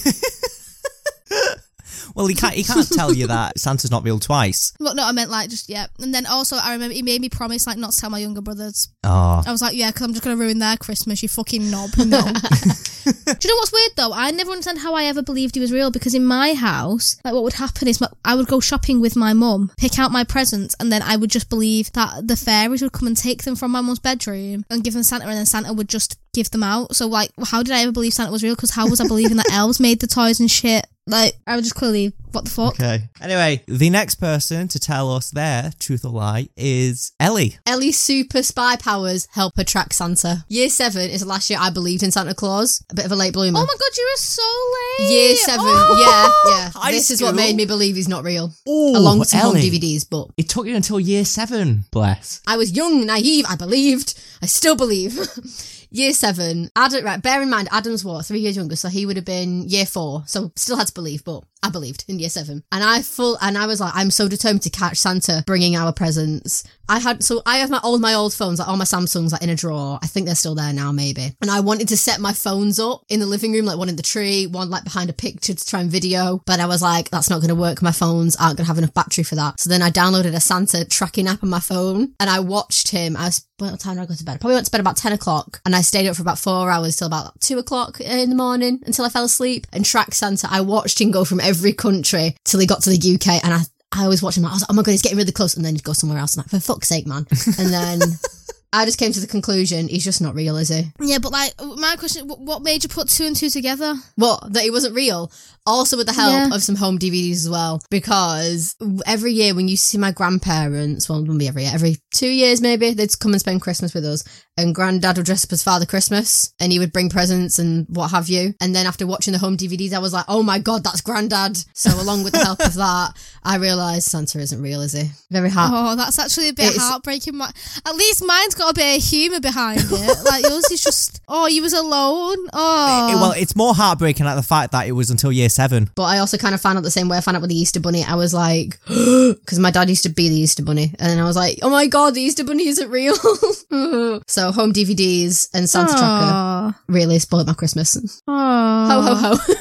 B: Well, he can't. He can't tell you
E: *laughs*
B: that Santa's not real twice.
D: Well, no, I meant like just yeah. And then also, I remember he made me promise like not to tell my younger brothers.
B: Oh,
D: I was like, yeah, because I'm just gonna ruin their Christmas. You fucking knob. No. do you know what's weird though? I never understand how I ever believed he was real because in my house, like what would happen is my, I would go shopping with my mum, pick out my presents, and then I would just believe that the fairies would come and take them from my mum's bedroom and give them Santa, and then Santa would just give them out. So like, how did I ever believe Santa was real? Because how was I believing that *laughs* elves made the toys and shit? Like, I was just clearly what the fuck.
B: okay. Anyway, the next person to tell us their truth or lie is Ellie.
E: Ellie's super spy powers help her track Santa. Year seven is the last year I believed in Santa Claus. A bit of a late bloomer.
D: Oh my god, you're so late.
E: Year seven, yeah, yeah.
B: Oh! High
E: this is what
B: school.
E: made me believe he's not real.
B: Oh,
E: Along with some home
B: Ellie.
E: DVDs, but
B: It took you until year seven. Bless.
E: I was young, naive, I believed. I still believe. *laughs* year seven. Adam, right, bear in mind, Adam's what, three years younger, so he would have been year four. So still had to believe, but I believed in year seven. And I full and I was like, I'm so determined to catch Santa bringing our presents. I had so I have my all my old phones, like all my Samsungs like in a drawer. I think they're still there now, maybe. And I wanted to set my phones up in the living room, like one in the tree, one like behind a picture to try and video. But I was like, that's not gonna work. My phones aren't gonna have enough battery for that. So then I downloaded a Santa tracking app on my phone and I watched him. I was what time did I go to bed? I probably went to bed about ten o'clock and I stayed up for about four hours till about two o'clock in the morning until I fell asleep and tracked Santa. I watched him go from every country till he got to the UK and I I always watch him. I was like, oh my god, he's getting really close, and then he'd go somewhere else. And I'm like, for fuck's sake, man. And then I just came to the conclusion he's just not real, is he?
D: Yeah, but like my question: wh- What made you put two and two together?
E: What that he wasn't real. Also with the help
D: Yeah.
E: of some home DVDs as well, because every year when you see my grandparents, well, it wouldn't be every year, every two years maybe, they'd come and spend Christmas with us, and Granddad would dress up as Father Christmas, and he would bring presents and what have you. And then after watching the home DVDs, I was like, oh my god, that's Granddad. So along with the help of that, I realised Santa isn't real, is he? Very hard.
D: Oh, that's actually a bit
E: It's-
D: heartbreaking. My- At least mine's got a bit of humour behind it. like yours is just, oh, you was alone. Oh,
B: It- well, it's more heartbreaking at the fact that it was until year seven.
E: But I also kind of found out the same way I found out with the Easter Bunny. I was like, *gasps* because my dad used to be the Easter Bunny. And then I was like, oh my God, the Easter Bunny isn't real. *laughs* so home DVDs and Santa Tracker really spoiled my Christmas.
D: oh.
E: Ho, *laughs* ho, ho.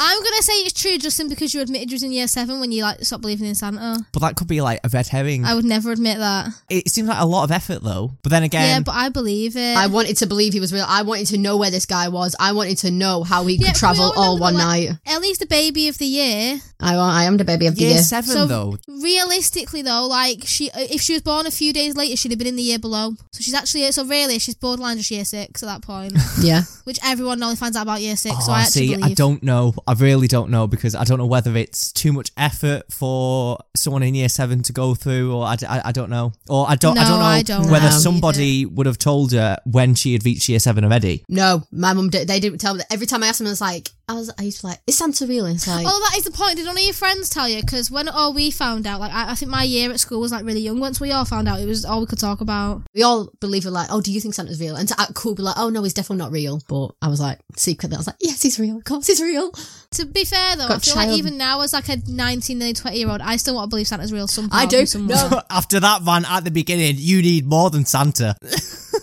D: I'm gonna say it's true, Justin, because you admitted you was in year seven when you like stopped believing in Santa.
B: But that could be like a red herring.
D: I would never admit that.
B: it seems like a lot of effort though. But then again,
D: yeah, but I believe it.
E: I wanted to believe he was real. I wanted to know where this guy was. I wanted to know how he
D: Yeah,
E: could
D: but we
E: travel all,
D: remember
E: one
D: that,
E: night.
D: like, Ellie's the baby of the year.
E: I, wa- I am the baby of the
B: year
E: year.
B: seven
D: So-
B: though.
D: Realistically, though, like she, uh, if she was born a few days later, she'd have been in the year below. So she's actually so really she's borderline just year six at that point,
E: Yeah.
D: which everyone only finds out about year six.
B: Oh,
D: so I actually
B: see,
D: believe.
B: I don't know. I really don't know because I don't know whether it's too much effort for someone in year seven to go through, or I, d- I- I don't know, or I don't I
D: No,
B: don't know
D: I don't
B: whether
E: know either.
B: somebody would have told her when she had reached year seven already.
E: No, my mum. Did, they didn't tell me. Every time I asked them, I was like, I was. I used to be like, is Santa real? And it's like,
D: Oh, that is the point. Did none of your friends tell you? Because when all we found out, like I, I think my year at school was like really young. Once we all found out, it was all we could talk about.
E: we all believe we're like, oh, do you think Santa's real? And to act cool, be like, oh no, he's definitely not real. But I was like, secretly, I was like, yes, he's real. Of course, he's real.
D: To be fair though, I
E: Got
D: feel
E: child-
D: like even now as like a 19, nearly 20 year old, I still want to believe Santa's real. Somehow,
E: I do.
D: somewhere.
E: No,
B: *laughs* After that van at the beginning, you need more
D: *laughs*
B: than Santa.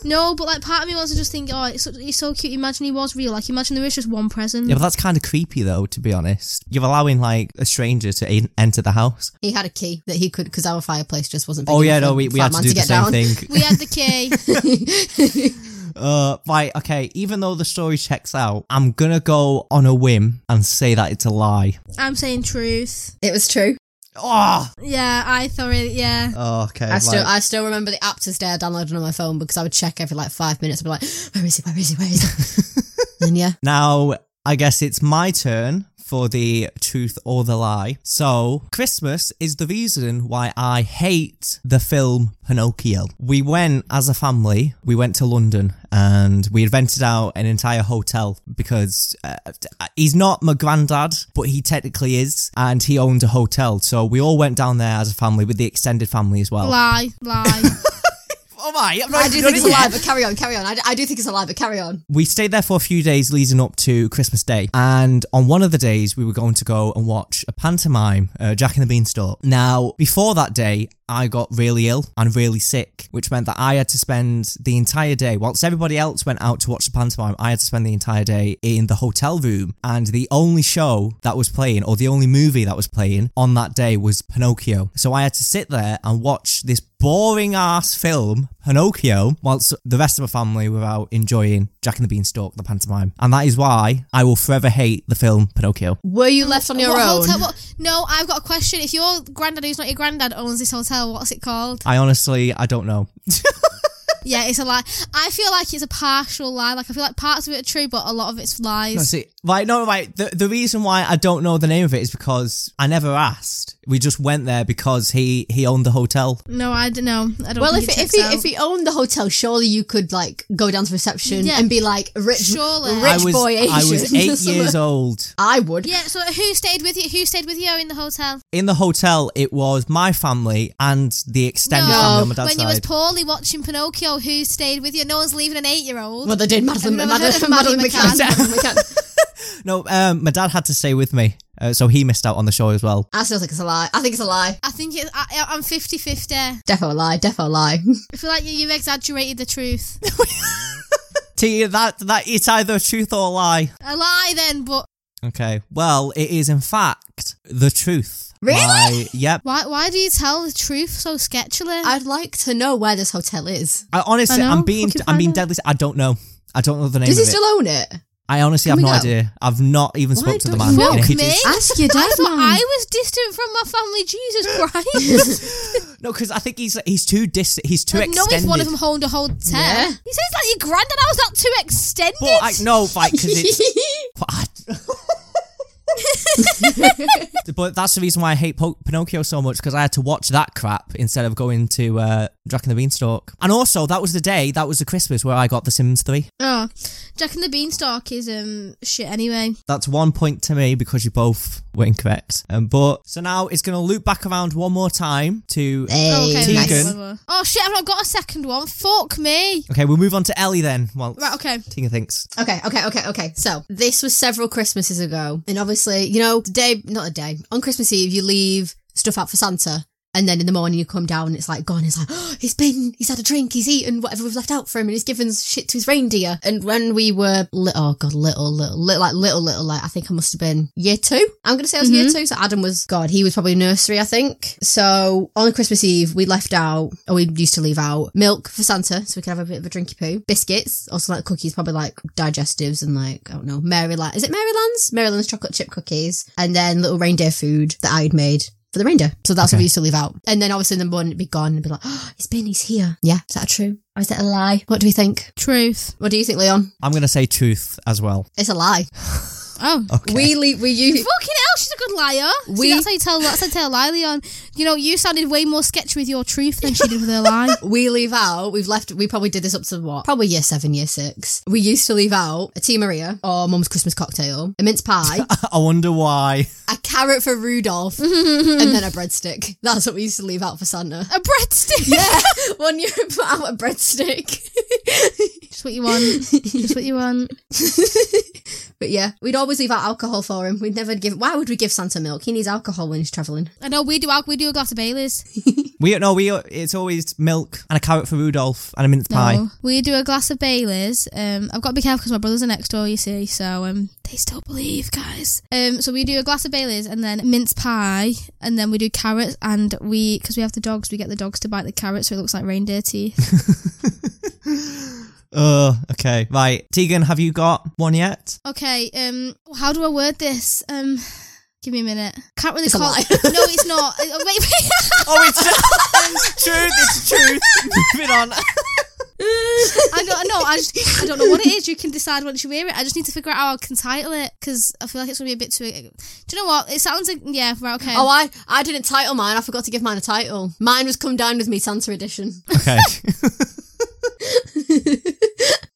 D: No, but like part of me wants to just think, oh, it's so, it's so cute. Imagine he was real. Like imagine there was just one present.
B: Yeah, but that's kind of creepy though, to be honest. You're allowing like a stranger to en- enter the house.
E: he had a key that he could because our fireplace just wasn't. big
B: Oh yeah,
E: enough
B: no,
E: for
B: we,
E: the
B: we had
E: fat
B: to
E: man
B: do the
E: get
B: same
D: *laughs*
E: down.
B: thing.
D: We had the key.
B: *laughs* Uh, right, okay. Even though the story checks out, I'm gonna go on a whim and say that it's a lie.
D: I'm saying truth.
E: *laughs* It was true.
B: Oh,
D: Yeah, I thought it. Yeah.
B: okay.
E: I still,
B: like-
E: I still remember the app to stay I downloaded on my phone because I would check every like five minutes. I'd be like, where is he? Where is he? Where
B: *laughs*
E: is he? and yeah,
B: Now, I guess it's my turn for the truth or the lie. So, Christmas is the reason why I hate the film Pinocchio. We went as a family, we went to London and we had rented out an entire hotel because uh, he's not my granddad, but he technically is, and he owned a hotel. So, we all went down there as a family with the extended family as well.
D: Lie, lie.
B: Oh my, I'm not
E: I
B: even
E: do
B: done
E: think it's
B: it
E: a
B: yet.
E: lie, but carry on, carry on. I, I do think it's a lie, but carry on.
B: we stayed there for a few days leading up to Christmas Day. And on one of the days, we were going to go and watch a pantomime, uh, Jack and the Beanstalk. Now, before that day, I got really ill and really sick, which meant that I had to spend the entire day, whilst everybody else went out to watch the pantomime, I had to spend the entire day in the hotel room. And the only show that was playing, or the only movie that was playing on that day, was Pinocchio. So I had to sit there and watch this boring ass film, Pinocchio, whilst the rest of my family were out enjoying Jack and the Beanstalk, the pantomime. And that is why I will forever hate the film Pinocchio.
E: Were you left on your
D: What
E: own?
D: hotel- what- no, I've got a question. If your granddad, who's not your granddad, owns this hotel, what's it called?
B: I honestly, I don't know.
D: Yeah, it's a lie. I feel like it's a partial lie. Like I feel like parts of it are true, but a lot of it's lies.
B: That's it. Right, no, right. The, the reason why I don't know the name of it is because I never asked. We just went there because he, he owned the hotel.
D: No, I don't know. I don't.
E: well, if
D: think it
E: if
D: checks
E: he,
D: out.
E: if he owned the hotel, surely you could like go down to reception
D: Yeah.
E: and be like rich,
D: Surely.
E: rich
B: I was,
E: boy Asian.
B: I was
E: *laughs*
B: eight years old.
E: I would.
D: yeah. So who stayed with you? Who stayed with you in the hotel?
B: In the hotel, it was my family and the extended family on my dad's
D: when you was
B: side.
D: poorly watching Pinocchio, who stayed with you? No one's leaving an eight-year-old.
E: Well, they did Madeline,
D: Have you ever heard
E: Madeline,
D: of Madeline
E: Madeline McCann. Madeline McCann.
B: no, um, my dad had to stay with me, uh, so he missed out on the show as well.
E: I still think it's a lie. I think it's a lie.
D: *laughs* I think it's, I, I'm 50-50.
E: Defo a lie. Defo a lie. *laughs*
D: I feel like you, you exaggerated the truth.
B: T, that that it's either truth or lie.
D: a lie then, but
B: Okay. Well, it is in fact the truth.
E: Really?
B: My- yep.
D: why why do you tell the truth so sketchily?
E: I'd like to know where this hotel is.
B: I honestly,
D: I know,
B: I'm being,
D: fucking
B: I'm being
D: find out.
B: deadly. s- I don't know. I don't know the name
E: Does
B: of
E: he
B: it.
E: still own it?
B: I honestly have
E: Can
B: no
E: we go?
B: idea. I've not even spoke to the man.
E: don't you
B: in *laughs*
E: know?
D: Fuck
B: ages.
D: me.
E: Ask your
D: I
E: dad,
D: thought
E: man.
D: *laughs* I was distant from my family. Jesus
E: *laughs*
D: Christ!
B: No, because I think he's he's too dis, he's too
D: I know
B: extended.
D: if one of them owned a hotel.
E: Yeah.
D: He says like your granddad. I was not too extended.
B: but I no, like because
D: *laughs*
B: it's *laughs* But I- But that's the reason why I hate po- Pinocchio so much because I had to watch that crap instead of going to uh, Jack and the Beanstalk. And also, that was the day, that was the Christmas where I got The Sims 3.
D: Oh, Jack and the Beanstalk is um shit anyway.
B: That's one point to me because you both were incorrect. Um, but so now it's going to loop back around one more time to.
E: Hey,
D: okay,
B: Tegan.
E: nice.
D: nice. Oh shit! I've not got a second one. Fuck me.
B: Okay, we'll move on to Ellie then. Well,
D: Right, okay.
B: Tina thinks.
E: Okay, okay, okay, okay. So this was several Christmases ago, and obviously, you know, the day not a day on Christmas Eve, you leave stuff out for Santa, And then in the morning you come down and it's like gone. He's like, *gasps* oh, he's been, he's had a drink, he's eaten whatever we've left out for him and he's given shit to his reindeer. And when we were little, oh God, little, little, little, like little, little, like I think I must have been year two. I'm going to say I was year two. So Adam was, God, he was probably nursery, I think. So on Christmas Eve, we left out, or we used to leave out milk for Santa so we could have a bit of a drinky poo. Biscuits, also like cookies, probably like digestives and like, I don't know, Maryland. Is it Maryland's? Maryland's chocolate chip cookies. And then little reindeer food that I'd made for the reindeer. So that's what we used to leave out. And then obviously in the morning it'd be gone and be like, *gasps* oh, it's been, he's here. Yeah. Is that true? Or is that a lie? What do we think?
D: Truth.
E: What do you think, Leon?
B: I'm going to say truth as well. *laughs*
E: It's a lie.
D: Oh.
E: We leave, we, you,
D: Fucking hell, she's a good liar.
E: We-
D: See, that's how you tell. That's how you tell a lie, Leon. You know, you sounded way more sketchy with your truth than she did with her
E: *laughs*
D: lie.
E: we leave out, we've left, we probably did this up to what? Probably year seven, year six. We used to leave out a Tia Maria or mum's Christmas cocktail, a mince pie,
B: I wonder why.
E: a carrot for Rudolph, and then a breadstick. That's what we used to leave out for Santa. *laughs*
D: A breadstick.
E: Yeah, one year we put out a breadstick. *laughs*
D: Just what you want. Just what you want.
E: but yeah, we'd always leave out alcohol for him. We'd never give, why would we give Santa milk? He needs alcohol when he's travelling.
D: I know Uh, we do. al- We do a glass of Bailey's.
B: We no, we it's always milk and a carrot for Rudolph and a mince pie.
D: No, we do a glass of Bailey's. Um, I've got to be careful because my brother's are next door. You see, so um, they still believe, guys. Um, so we do a glass of Bailey's and then mince pie, and then we do carrots, and we because we have the dogs, we get the dogs to bite the carrots, so it looks like reindeer
E: *laughs*
D: teeth.
B: Oh, okay, right. Tegan, have you got
D: *laughs*
B: one yet?
D: okay. Um, how do I word this? Um. Give me a minute. Can't really
E: a
D: call.
E: lie.
D: No,
E: *laughs*
D: it's not. Uh, Wait, wait.
B: Oh, it's *laughs* truth. It's truth. Moving on.
D: I don't know. I just I don't know what it is. You can decide once you hear it. I just need to figure out how I can title it because I feel like it's gonna be a bit too. Do you know what? It sounds like yeah. Right. Okay.
E: Oh, I, I didn't title mine. I forgot to give mine a title. Mine was Come Down With Me Santa Edition.
B: Okay.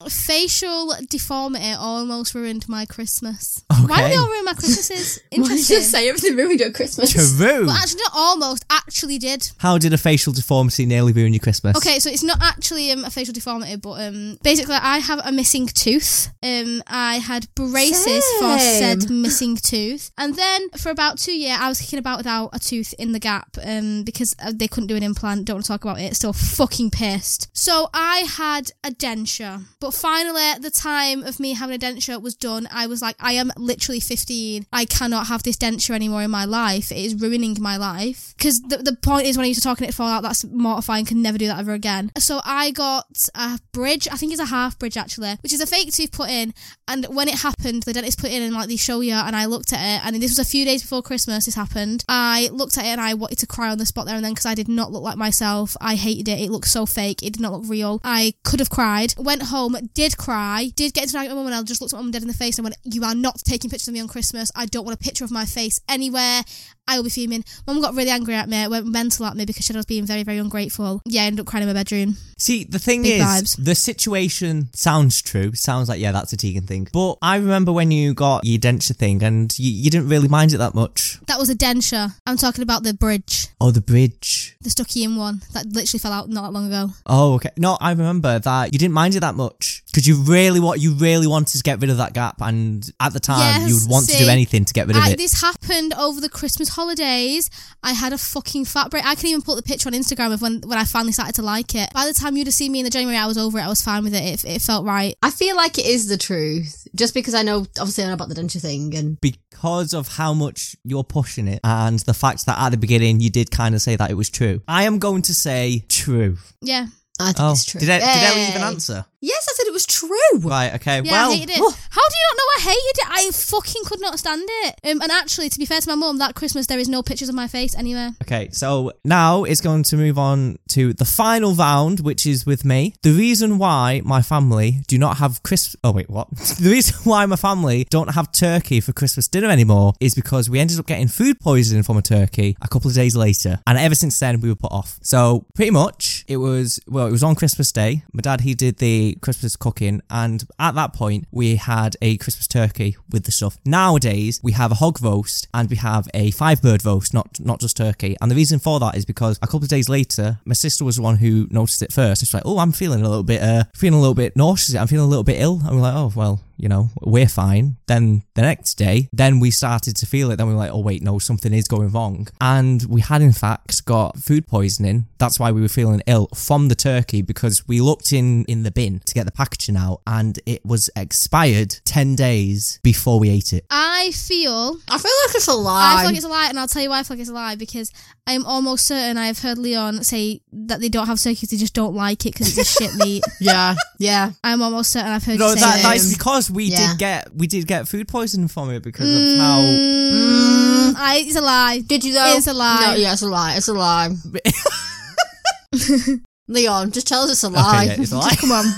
D: facial deformity almost ruined my Christmas. Why do
B: Okay.
D: they all ruin my Christmases?
E: *laughs* Why did you
D: Interesting.
E: say everything ruined your
B: *laughs*
E: Christmas?
B: True.
D: Well, actually, not almost. Actually, did.
B: How did a facial deformity nearly ruin your Christmas?
D: Okay, so it's not actually um, a facial deformity, but um, basically, I have a missing tooth. Um, I had braces for
E: Same.
D: said missing tooth, and then for about two years, I was kicking about without a tooth in the gap um, because uh, they couldn't do an implant. Don't want to talk about it. Still fucking pissed. So I had a denture, but finally, the time of me having a denture was done. I was like, I am literally 15. I cannot have this denture anymore in my life. It is ruining my life. Because the, the point is, when I used to talk and it fall out, that's mortifying. Can never do that ever again. So I got a bridge. I think it's a half bridge actually, which is a fake tooth put in. And when it happened, the dentist put it in and like they show you. And I looked at it, and this was a few days before Christmas. This happened. I looked at it and I wanted to cry on the spot there and then because I did not look like myself. I hated it. It looked so fake. It did not look real. I could have cried. Went home, did cry, did get into an argument with my mum, and I just looked at my mum dead in the face and went, "You are not taking pictures of me on Christmas. I don't want a picture of my face anywhere." I will be fuming. Mum got really angry at me, went mental at me because she said I was being very, very ungrateful. Yeah, I ended up crying in my bedroom.
B: See, the thing
D: Big
B: is,
D: vibes.
B: the situation sounds true. Sounds like, yeah, that's a Tegan thing. But I remember when you got your denture thing and you, you didn't really mind it that much.
D: That was a denture. I'm talking about the bridge,
B: Oh, the bridge.
D: the stucky in one that literally fell out not that long ago.
B: Oh, okay. No, I remember that you didn't mind it that much because you really what you really wanted to get rid of that gap, and at the time you
D: Yes,
B: would want to
D: see,
B: do anything to get rid of
D: I,
B: it.
D: this happened over the Christmas holidays. I had a fucking fat break. I can even put the picture on Instagram of when, when I finally started to like it. By the time you'd have seen me in the January, I was over it. I was fine with it. It, it felt right.
E: I feel like it is the truth, just because I know, obviously, I know about the denture thing, and
B: because of how much you're pushing it and the fact that at the beginning you did kind of say that it was true. I am going to say true.
D: Yeah.
E: I think
B: Oh,
E: it's true.
B: did, I, did Ellie
E: Yay.
B: even answer?
E: Yes, I said it was true.
B: Right, okay.
D: Yeah,
B: well,
D: I hated it. How do you not know I hated it? I fucking could not stand it. Um, and actually, to be fair to my mum, that Christmas there is no pictures of my face anywhere.
B: Okay, so now it's going to move on to the final round, which is with me. The reason why my family do not have Chris Oh wait, what? *laughs* the reason why my family don't have turkey for Christmas dinner anymore is because we ended up getting food poisoning from a turkey a couple of days later, and ever since then we were put off. So pretty much it was well, it was on Christmas Day. My dad he did the Christmas cooking, and at that point we had a Christmas turkey with the stuff. Nowadays we have a hog roast and we have a five bird roast, not not just turkey. And the reason for that is because a couple of days later, my sister was the one who noticed it first. She's like, "Oh, I'm feeling a little bit, uh, feeling a little bit nauseous. I'm feeling a little bit ill." I'm like, "Oh, well." you know, we're fine. Then the next day, then we started to feel it. Then we were like, oh, wait, no, something is going wrong. And we had, in fact, got food poisoning. That's why we were feeling ill from the turkey because we looked in, in the bin to get the packaging out and it was expired 10 days before we ate it.
D: I feel
E: I feel like it's a lie.
D: I feel like it's a lie, and I'll tell you why I feel like it's a lie because I'm almost certain I've heard Leon say that they don't have turkeys; they just don't like it because it's a shit meat.
E: yeah, yeah.
D: I'm almost certain I've heard
B: No,
D: you say
B: that,
D: this.
B: that is because we
E: Yeah.
B: did get we did get food poisoning from it because of how
D: Mm, I, it's a lie.
E: Did you though?
D: It's a lie.
E: No, yeah, it's a lie. It's
B: *laughs*
E: a lie. Leon, just tell us it's a lie.
B: Okay, yeah, it's a
E: *laughs*
B: lie.
D: Come on.
B: *laughs*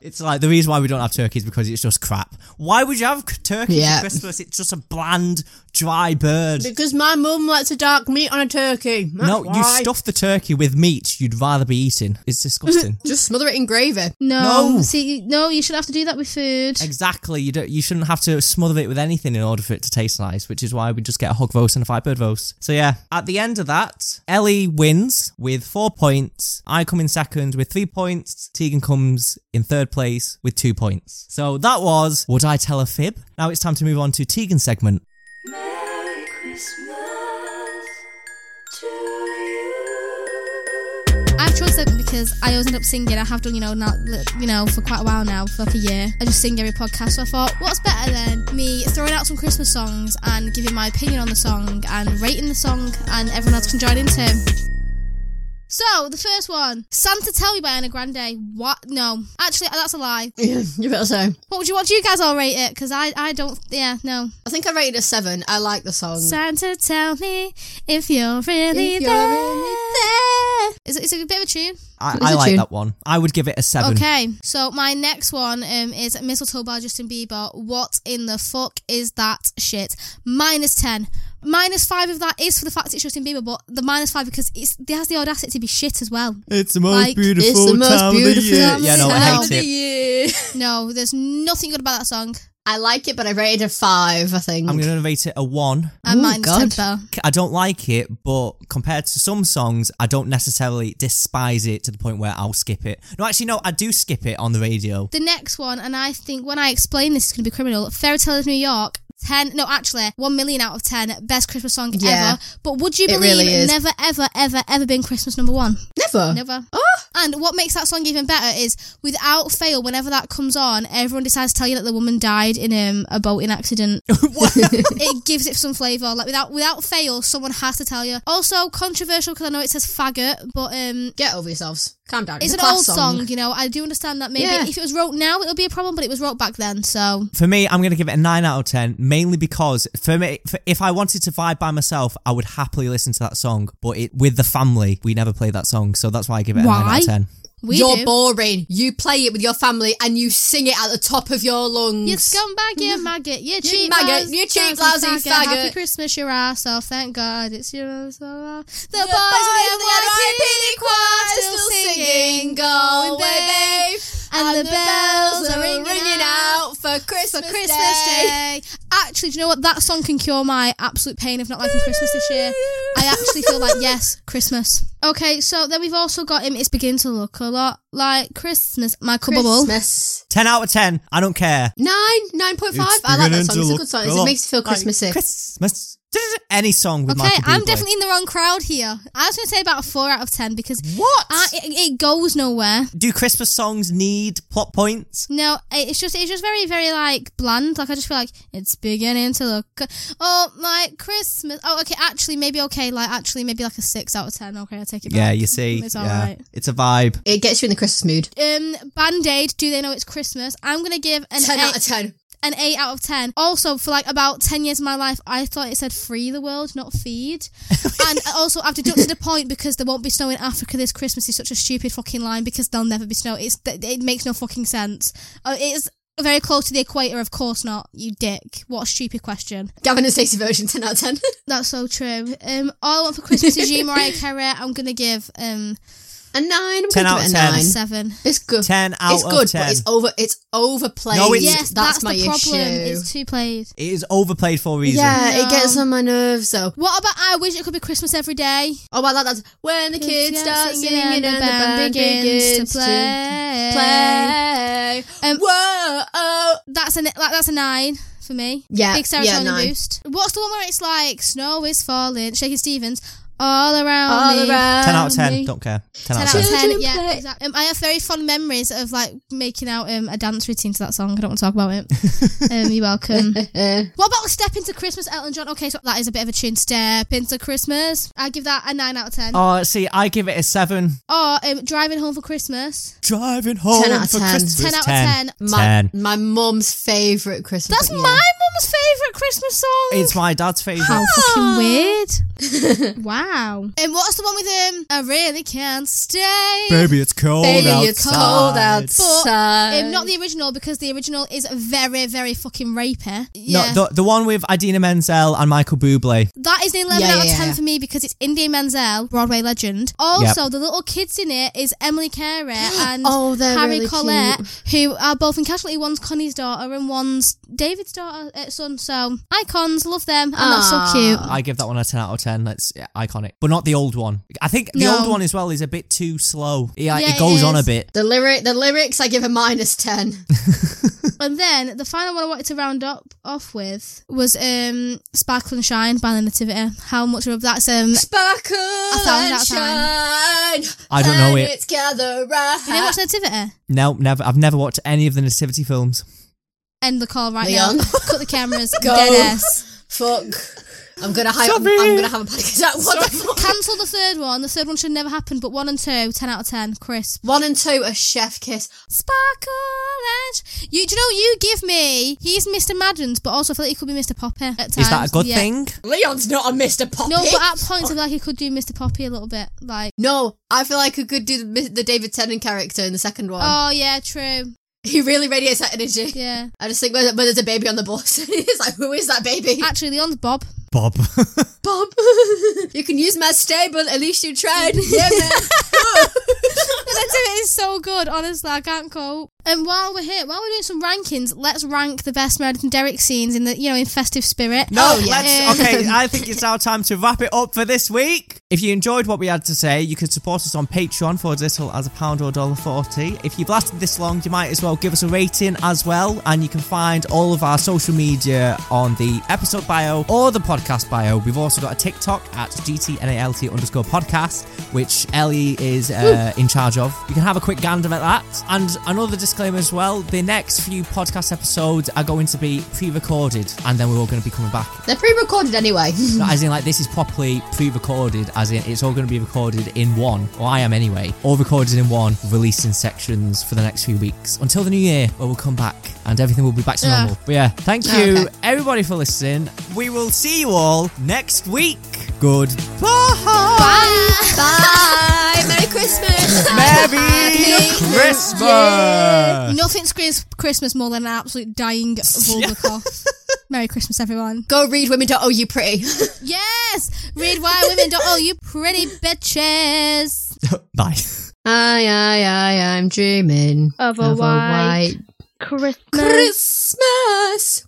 B: It's like the reason why we don't have turkeys because it's just crap. Why would you have c- turkey
E: Yeah.
B: for Christmas? It's just a bland, dry bird.
E: Because my mum likes a dark meat on a turkey. That's
B: no, you
E: why.
B: stuff the turkey with meat you'd rather be eating. It's disgusting.
E: Just smother it in gravy. *laughs*
D: No.
B: No.
D: See, you- no, you should have to do that with food.
B: exactly. You don't, you shouldn't have to smother it with anything in order for it to taste nice, which is why we just get a hog roast and a five bird roast. So yeah, at the end of that, Ellie wins with four points. I come in second with three points. Tegan comes in third place with two points. So that was would I tell a fib? Now it's time to move on to Tegan's segment.
D: I've chosen it because I always end up singing. I have done, you know, now, li- you know, for quite a while now, for like a year. I just sing every podcast. So I thought, what's better than me throwing out some Christmas songs and giving my opinion on the song and rating the song, and everyone else can join in too. So the first one, Santa Tell Me by Anna Grande. What? No, actually, that's a lie.
E: Yeah, you better say.
D: What would you? What do you guys all rate it? Because I, I don't. Yeah, no.
E: I think I rated a seven. I like the song.
D: Santa, tell me if you're really
E: If you're
D: there.
E: really
D: It's, it's a bit of a tune.
B: I,
E: is
B: I
E: a
B: like
E: tune?
B: that one. I would give it a seven.
D: Okay, so my next one um, is Mistletoe by Justin Bieber. What in the fuck is that shit? Minus 10. Minus 5 of that is for the fact it's Justin Bieber, but the minus 5 because it's, it has the audacity to be shit as well.
B: It's the
D: most Like, beautiful
E: It's the most beautiful time
B: Yeah, no, I
E: of
B: hate
E: the
B: it.
E: year.
D: No, there's nothing good about that song.
E: I like it, but I rated a five. I think.
B: I'm going to rate it a one.
D: And
E: Ooh,
D: minus 10
E: God.
D: for
B: I don't like it, but compared to some songs, I don't necessarily despise it to the point where I'll skip it. No, actually, no, I do skip it on the radio.
D: The next one, and I think when I explain this, it's going to be criminal. Fairy Tale of New York. 10, no, actually, 1 million out of 10. Best Christmas song
E: Yeah.
D: ever. But would you
E: It
D: believe
E: really is.
D: never, ever, ever, ever been Christmas number one?
E: never. *gasps*
D: Never. And what makes that song even better is without fail, whenever that comes on, everyone decides to tell you that the woman died in um, a boating accident.
E: *laughs*
D: *laughs* it gives it some flavour. Like without without fail, someone has to tell you. Also controversial because I know it says faggot, but um,
E: Get over yourselves. Calm down.
D: it's
E: a
D: an
E: class
D: old song. you know. I do understand that maybe
E: Yeah.
D: if it was wrote now, it'll be a problem, but it was wrote back then, so
B: For me, I'm going to give it a nine out of ten, mainly because for me, for, if I wanted to vibe by myself, I would happily listen to that song. But it with the family, we never play that song, so that's why I give it a nine out
D: Why?
B: of ten.
D: we
E: You're
D: do.
E: boring. You play it with your family and you sing it at the top of your lungs.
D: You scumbag, you *laughs* maggot, you cheap
E: maggot,
D: louse-
E: you cheap
D: lousy
E: lousy
D: Happy
E: faggot.
D: Christmas, your ass off. Thank God it's your ass off. The, boys, of
E: boys
D: the
E: of the NYPD
D: NYPD
E: choir
D: choir still singing, go away,
E: babe.
D: and, the bells are ringing, out.
E: for
D: For
E: Christmas,
D: Christmas Day. Actually, do you know what? That song can cure my absolute pain of not liking Christmas this year. I actually feel *laughs* like, yes, Christmas. Okay, so then we've also got him. It's beginning to look a lot like Christmas. Michael Bubble.
E: Christmas.
B: Ten out of ten. I don't care.
E: Nine, nine point five. I like that song. It's a good song. It makes you feel Christmassy.
B: Christmas. Any song with
D: Okay,
B: Michael
D: I'm
B: Bublé.
D: definitely in the wrong crowd here. I was going to say about a four out of ten because
B: What?
D: I, it, it goes nowhere.
B: Do Christmas songs need plot points?
D: No, it's just it's just very very like bland. Like I just feel like it's beginning to look. Oh, like Christmas. Oh, okay. Actually, maybe okay. Like actually, maybe like a six out of ten. Okay, I take it.
B: Yeah,
D: back.
B: you see,
D: It's
B: yeah,
D: alright.
B: it's a vibe.
E: It gets you in the Christmas mood.
D: Um, Band Aid. Do they know it's Christmas? I'm gonna give an
E: ten
D: eight,
E: out of ten.
D: an eight out of ten. Also, for like about ten years of my life, I thought it said free the world, not
E: *laughs*
D: feed. and also, I've deducted a point because there won't be snow in Africa this Christmas. Is such a stupid fucking line because there'll never be snow. It's th- it makes no fucking sense. Oh, it is very close to the equator. Of course not, you dick. What a stupid question.
E: Gavin and Stacey version. Ten out of ten. *laughs*
D: That's so true. Um, all I want for Christmas is you, Mariah Carey. I'm gonna give um
E: A nine. I'm
B: 10
E: gonna
B: out of
E: give it a
B: 10.
E: nine.
D: Seven.
E: It's good.
B: 10 out
E: it's
B: of
E: good,
B: 10.
E: but it's over. It's overplayed.
B: No, it's-
D: Yes, that's,
E: my
D: the problem.
E: issue.
D: It's too played.
B: It is overplayed for a reason.
E: yeah,
D: No.
E: it gets on my nerves. So,
D: What about I wish it could be Christmas every day?
E: oh, well, that, that's when the kids start singing and the band begins to play. play.
D: Um,
E: Whoa, oh,
D: That's a like, that's a nine for me.
E: Yeah,
D: big serotonin
E: yeah, nine.
D: boost. What's the one where it's like snow is falling, Shaking Stevens, all around
E: all
D: me.
E: around.
B: 10 out of 10.
E: me.
B: Don't care.
D: 10
B: 10, out
D: out
B: of 10.
D: of 10.
E: Children
D: Yeah,
E: play.
D: exactly. Um, I have very fond memories of like making out um, a dance routine to that song. I don't want to talk about it.
B: *laughs*
D: um, you're welcome. what about Step Into Christmas, Elton John? Okay, so that is a bit of a tune. Step Into Christmas. I give that a 9 out of 10.
B: Oh, see, I give it a 7.
D: Or um, Driving Home for Christmas.
B: Driving home
E: 10 out of
B: for
E: 10.
B: Christmas.
D: 10 out of 10.
E: My,
B: 10.
E: my mum's favourite Christmas.
D: That's
E: yeah.
D: my mum's favourite Christmas song. Ah.
B: It's my dad's favourite.
D: How fucking
B: *laughs*
D: weird. wow. And Um, what's the one with him? I really can't stay.
B: Baby, it's cold
E: Baby,
B: outside.
E: it's cold outside.
D: Um, not the original because the original is very, very fucking rapey.
B: No,
D: Yeah,
B: the, the one with Idina Menzel and Michael Bublé.
D: that is an eleven
E: Yeah,
D: out of
E: yeah,
D: ten
E: yeah.
D: for me because it's India Menzel, Broadway legend. Also, the little kids in it is Emily Carey
E: *gasps*
D: and
E: Oh, they're
D: Harry
E: really
D: Collette, who are both in Casualty. One's Connie's daughter and one's David's daughter uh, son. So icons, love them, and that's so cute.
B: I give that one a 10 out of 10. That's yeah, iconic. But not the old one. I think the
D: No.
B: old one as well is a bit too slow. Yeah,
D: Yeah,
B: it
D: it
B: goes on a
D: is.
B: bit.
E: The lyric, the lyrics, I give a minus *laughs* ten.
D: And then the final one I wanted to round up off with was um Sparkle and Shine by the Nativity. How much of that's um
E: Sparkle
D: thousand
E: and
D: out of
E: shine.
B: I don't know
E: and
B: it.
E: It's gather
D: you never watched Nativity?
B: No, never. I've never watched any of the Nativity films.
D: End the call right
E: Leon.
D: now. Cut the cameras.
E: *laughs* Go.
D: Dead ass.
E: Fuck. I'm gonna hi- I'm,
B: Sorry.
E: I'm gonna have a panic attack. What the fuck?
D: Cancel the third one. The third one should never happen, but one and two, 10 out of 10, crisp.
E: One and two, a chef kiss.
D: Sparkle and sh- you, do you know, you give me, he's Mr. Maddens, but also I feel like he could be Mr. Popper at times.
B: Is that a good
D: Yeah.
B: thing?
E: Leon's not a Mr. Poppy.
D: No, but at points I feel like he could do Mr. Poppy a little bit. Like,
E: No, I feel like I could do the, the David Tennant character in the second one.
D: oh yeah, true.
E: *laughs* he really radiates that energy.
D: Yeah.
E: I just think when, when there's a baby on the bus, *laughs* it's like, who is that baby?
D: Actually, Leon's Bob. *laughs*
B: Bob. *laughs*
E: Bob. *laughs* you can use my stable. At least you tried. *laughs* yeah, man.
D: It is so good, honestly. I can't cope. And while we're here, while we're doing some rankings, let's rank the best Meredith and Derek scenes in the you know in festive spirit. Um,
B: No,
E: Oh, yeah.
D: *laughs*
B: let's. Okay, I think it's our time to wrap it up for this week. If you enjoyed what we had to say, you can support us on Patreon for as little as a pound or dollar forty. If you've lasted this long, you might as well give us a rating as well. And you can find all of our social media on the episode bio or the podcast bio. We've also got a TikTok at gtnalt underscore podcast, which Ellie is uh, in charge of. You can have a quick gander at that. And another disclaimer as well: the next few podcast episodes are going to be pre-recorded, and then we're all going to be coming back
E: They're pre-recorded anyway. *laughs*
B: no, as in, like, this is properly pre recorded, as in, it's all going to be recorded in one, or I am anyway, all recorded in one, released in sections for the next few weeks until the new year, where we'll come back and everything will be back to
D: Yeah.
B: normal. But yeah, thank
E: Oh,
B: you,
E: okay.
B: everybody, for listening. We will see you all next week. Goodbye.
E: Bye. Merry Christmas.
B: Merry
E: Happy
B: Christmas. Uh,
D: Nothing screams Christmas more than an absolute dying vulgar cough. Merry Christmas, everyone.
E: Go read women. Oh, you pretty. *laughs*
D: Yes! Read why women don't oh you pretty bitches.
B: *laughs* Bye.
E: I, I, I, I'm dreaming
H: Of a white Christmas.
E: Christmas.